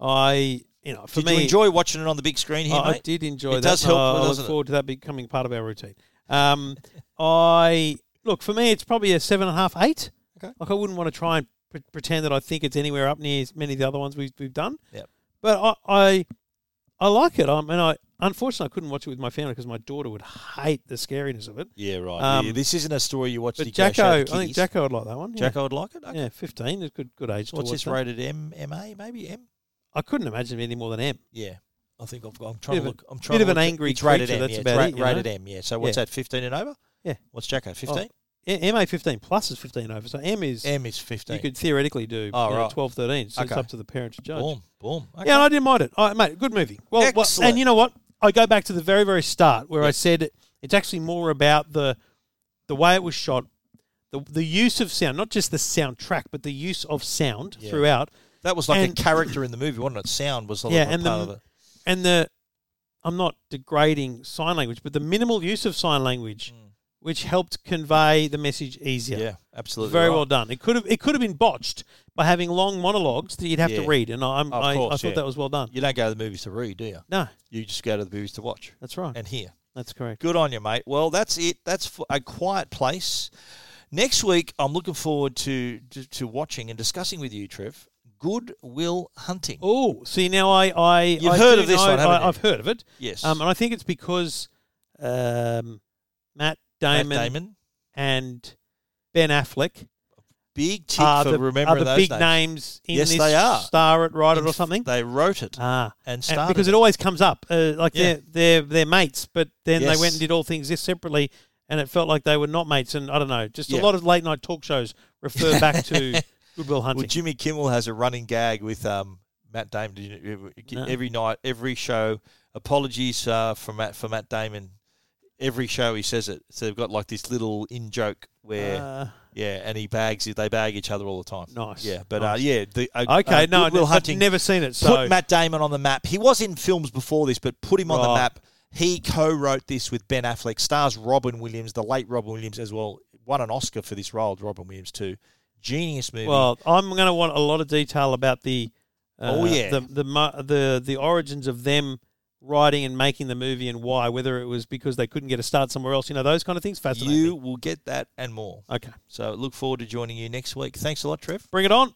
Speaker 9: I, you know, for
Speaker 8: Did
Speaker 9: me,
Speaker 8: you enjoy watching it on the big screen here,
Speaker 9: I, I
Speaker 8: mate?
Speaker 9: did enjoy
Speaker 8: It
Speaker 9: that. Uh,
Speaker 8: does help,
Speaker 9: I
Speaker 8: doesn't
Speaker 9: look
Speaker 8: it?
Speaker 9: forward to that becoming part of our routine. Um, I look for me, it's probably a seven and a half, eight.
Speaker 8: Okay.
Speaker 9: Like I wouldn't want to try and pre- pretend that I think it's anywhere up near as many of the other ones we've, we've done.
Speaker 8: Yep.
Speaker 9: But I, I, I like it. I mean, I unfortunately I couldn't watch it with my family because my daughter would hate the scariness of it.
Speaker 8: Yeah, right.
Speaker 9: um,
Speaker 8: Yeah, this isn't a story you watch.
Speaker 9: But
Speaker 8: to go show
Speaker 9: Jacko, I
Speaker 8: the
Speaker 9: think
Speaker 8: kiddies.
Speaker 9: Jacko would like that one. Yeah.
Speaker 8: Jacko would like it. Okay.
Speaker 9: Yeah, fifteen is good. Good age. to
Speaker 8: What's
Speaker 9: watch
Speaker 8: this
Speaker 9: that.
Speaker 8: rated? M M A maybe M.
Speaker 9: I couldn't imagine it any more than M.
Speaker 8: Yeah. I think I've got, I'm trying
Speaker 9: Bit
Speaker 8: to
Speaker 9: of a-
Speaker 8: look. I'm trying
Speaker 9: bit
Speaker 8: to
Speaker 9: of an
Speaker 8: look at-
Speaker 9: angry
Speaker 8: It's rated
Speaker 9: creature,
Speaker 8: M.
Speaker 9: that's
Speaker 8: yeah,
Speaker 9: about
Speaker 8: it's
Speaker 9: it,
Speaker 8: ra-
Speaker 9: you know?
Speaker 8: rated M. Yeah. So what's
Speaker 9: Yeah.
Speaker 8: that? Fifteen and over.
Speaker 9: Yeah.
Speaker 8: What's Jacko? Fifteen.
Speaker 9: A- MA fifteen plus is fifteen over. So M is
Speaker 8: M is fifteen.
Speaker 9: Oh. you could theoretically do
Speaker 8: Oh,
Speaker 9: you know,
Speaker 8: right.
Speaker 9: 12, 13. So it's
Speaker 8: Okay.
Speaker 9: up to the parent to judge.
Speaker 8: boom, boom. Okay.
Speaker 9: Yeah, and I didn't mind it. I, mate, good movie. Well, well,
Speaker 8: Excellent.
Speaker 9: and you know what? I go back to the very, very start where I
Speaker 8: Yeah.
Speaker 9: said it's actually more about the the way it was shot, the the use of sound, not just the soundtrack, but the use of sound
Speaker 8: Yeah.
Speaker 9: throughout.
Speaker 8: that was like
Speaker 9: and-
Speaker 8: a character in the movie, wasn't it? Sound was a
Speaker 9: yeah,
Speaker 8: little
Speaker 9: and
Speaker 8: part of
Speaker 9: the
Speaker 8: it.
Speaker 9: and the I'm not degrading sign language, but the minimal use of sign language, which helped convey the message easier.
Speaker 8: Mm. Yeah, absolutely.
Speaker 9: Very
Speaker 8: right.
Speaker 9: well done. It could have it could have been botched by having long monologues that you'd have to
Speaker 8: Yeah.
Speaker 9: read, and I'm,
Speaker 8: Of
Speaker 9: I, I
Speaker 8: course,
Speaker 9: thought
Speaker 8: yeah.
Speaker 9: that was well done.
Speaker 8: You don't go to the movies to read, do you?
Speaker 9: No,
Speaker 8: You just go to the movies to watch
Speaker 9: that's right.
Speaker 8: and hear.
Speaker 9: that's correct.
Speaker 8: Good on you, mate. Well, that's it. That's f- a quiet place. Next week, I'm looking forward to to, to watching and discussing with you, Trev. Good Will Hunting.
Speaker 9: Oh, see now I I
Speaker 8: You've
Speaker 9: I
Speaker 8: heard
Speaker 9: do
Speaker 8: of this
Speaker 9: know-
Speaker 8: one, haven't
Speaker 9: I,
Speaker 8: you?
Speaker 9: I've heard of it.
Speaker 8: yes.
Speaker 9: Um, and I think it's because um, Matt
Speaker 8: Matt
Speaker 9: Damon,
Speaker 8: Damon.
Speaker 9: and Ben Affleck
Speaker 8: Big tip
Speaker 9: are
Speaker 8: for
Speaker 9: Ah, the,
Speaker 8: remembering
Speaker 9: are the
Speaker 8: those
Speaker 9: big
Speaker 8: names.
Speaker 9: names in
Speaker 8: Yes,
Speaker 9: this
Speaker 8: they are.
Speaker 9: star at Ryder
Speaker 8: In
Speaker 9: or
Speaker 8: f-
Speaker 9: something.
Speaker 8: They wrote it
Speaker 9: ah.
Speaker 8: and
Speaker 9: And
Speaker 8: started
Speaker 9: because it
Speaker 8: it.
Speaker 9: always comes up, uh, like
Speaker 8: Yeah.
Speaker 9: they're, they're they're mates, but then
Speaker 8: Yes.
Speaker 9: they went and did all things this separately, and it felt like they were not mates. And I don't know, just
Speaker 8: Yeah.
Speaker 9: a lot of late night talk shows refer back to Goodwill Hunting.
Speaker 8: Well, Jimmy Kimmel has a running gag with um, Matt Damon Did you-
Speaker 9: No.
Speaker 8: every night, every show. Apologies uh, for Matt for Matt Damon. Every show he says it, so they've got like this little in joke where
Speaker 9: Uh,
Speaker 8: Yeah, and he bags they bag each other all the time.
Speaker 9: Nice.
Speaker 8: Yeah, but
Speaker 9: Nice.
Speaker 8: uh, yeah, the, uh,
Speaker 9: Okay,
Speaker 8: uh,
Speaker 9: no,
Speaker 8: Goodwill
Speaker 9: I've
Speaker 8: Hunting
Speaker 9: never seen it. So
Speaker 8: put Matt Damon on the map. He was in films before this, but put him on the
Speaker 9: Right.
Speaker 8: map. He co-wrote this with Ben Affleck, stars Robin Williams, the late Robin Williams as well. Won an Oscar for this role, Robin Williams too. Genius movie.
Speaker 9: well, I'm going to want a lot of detail about the uh,
Speaker 8: Oh, yeah.
Speaker 9: the the mo- the the origins of them writing and making the movie and why, whether it was because they couldn't get a start somewhere else, you know, those kind of things. Fascinating.
Speaker 8: you will get that and more.
Speaker 9: okay?
Speaker 8: So look forward to joining you next week. Thanks a lot, Trev.
Speaker 9: Bring it on.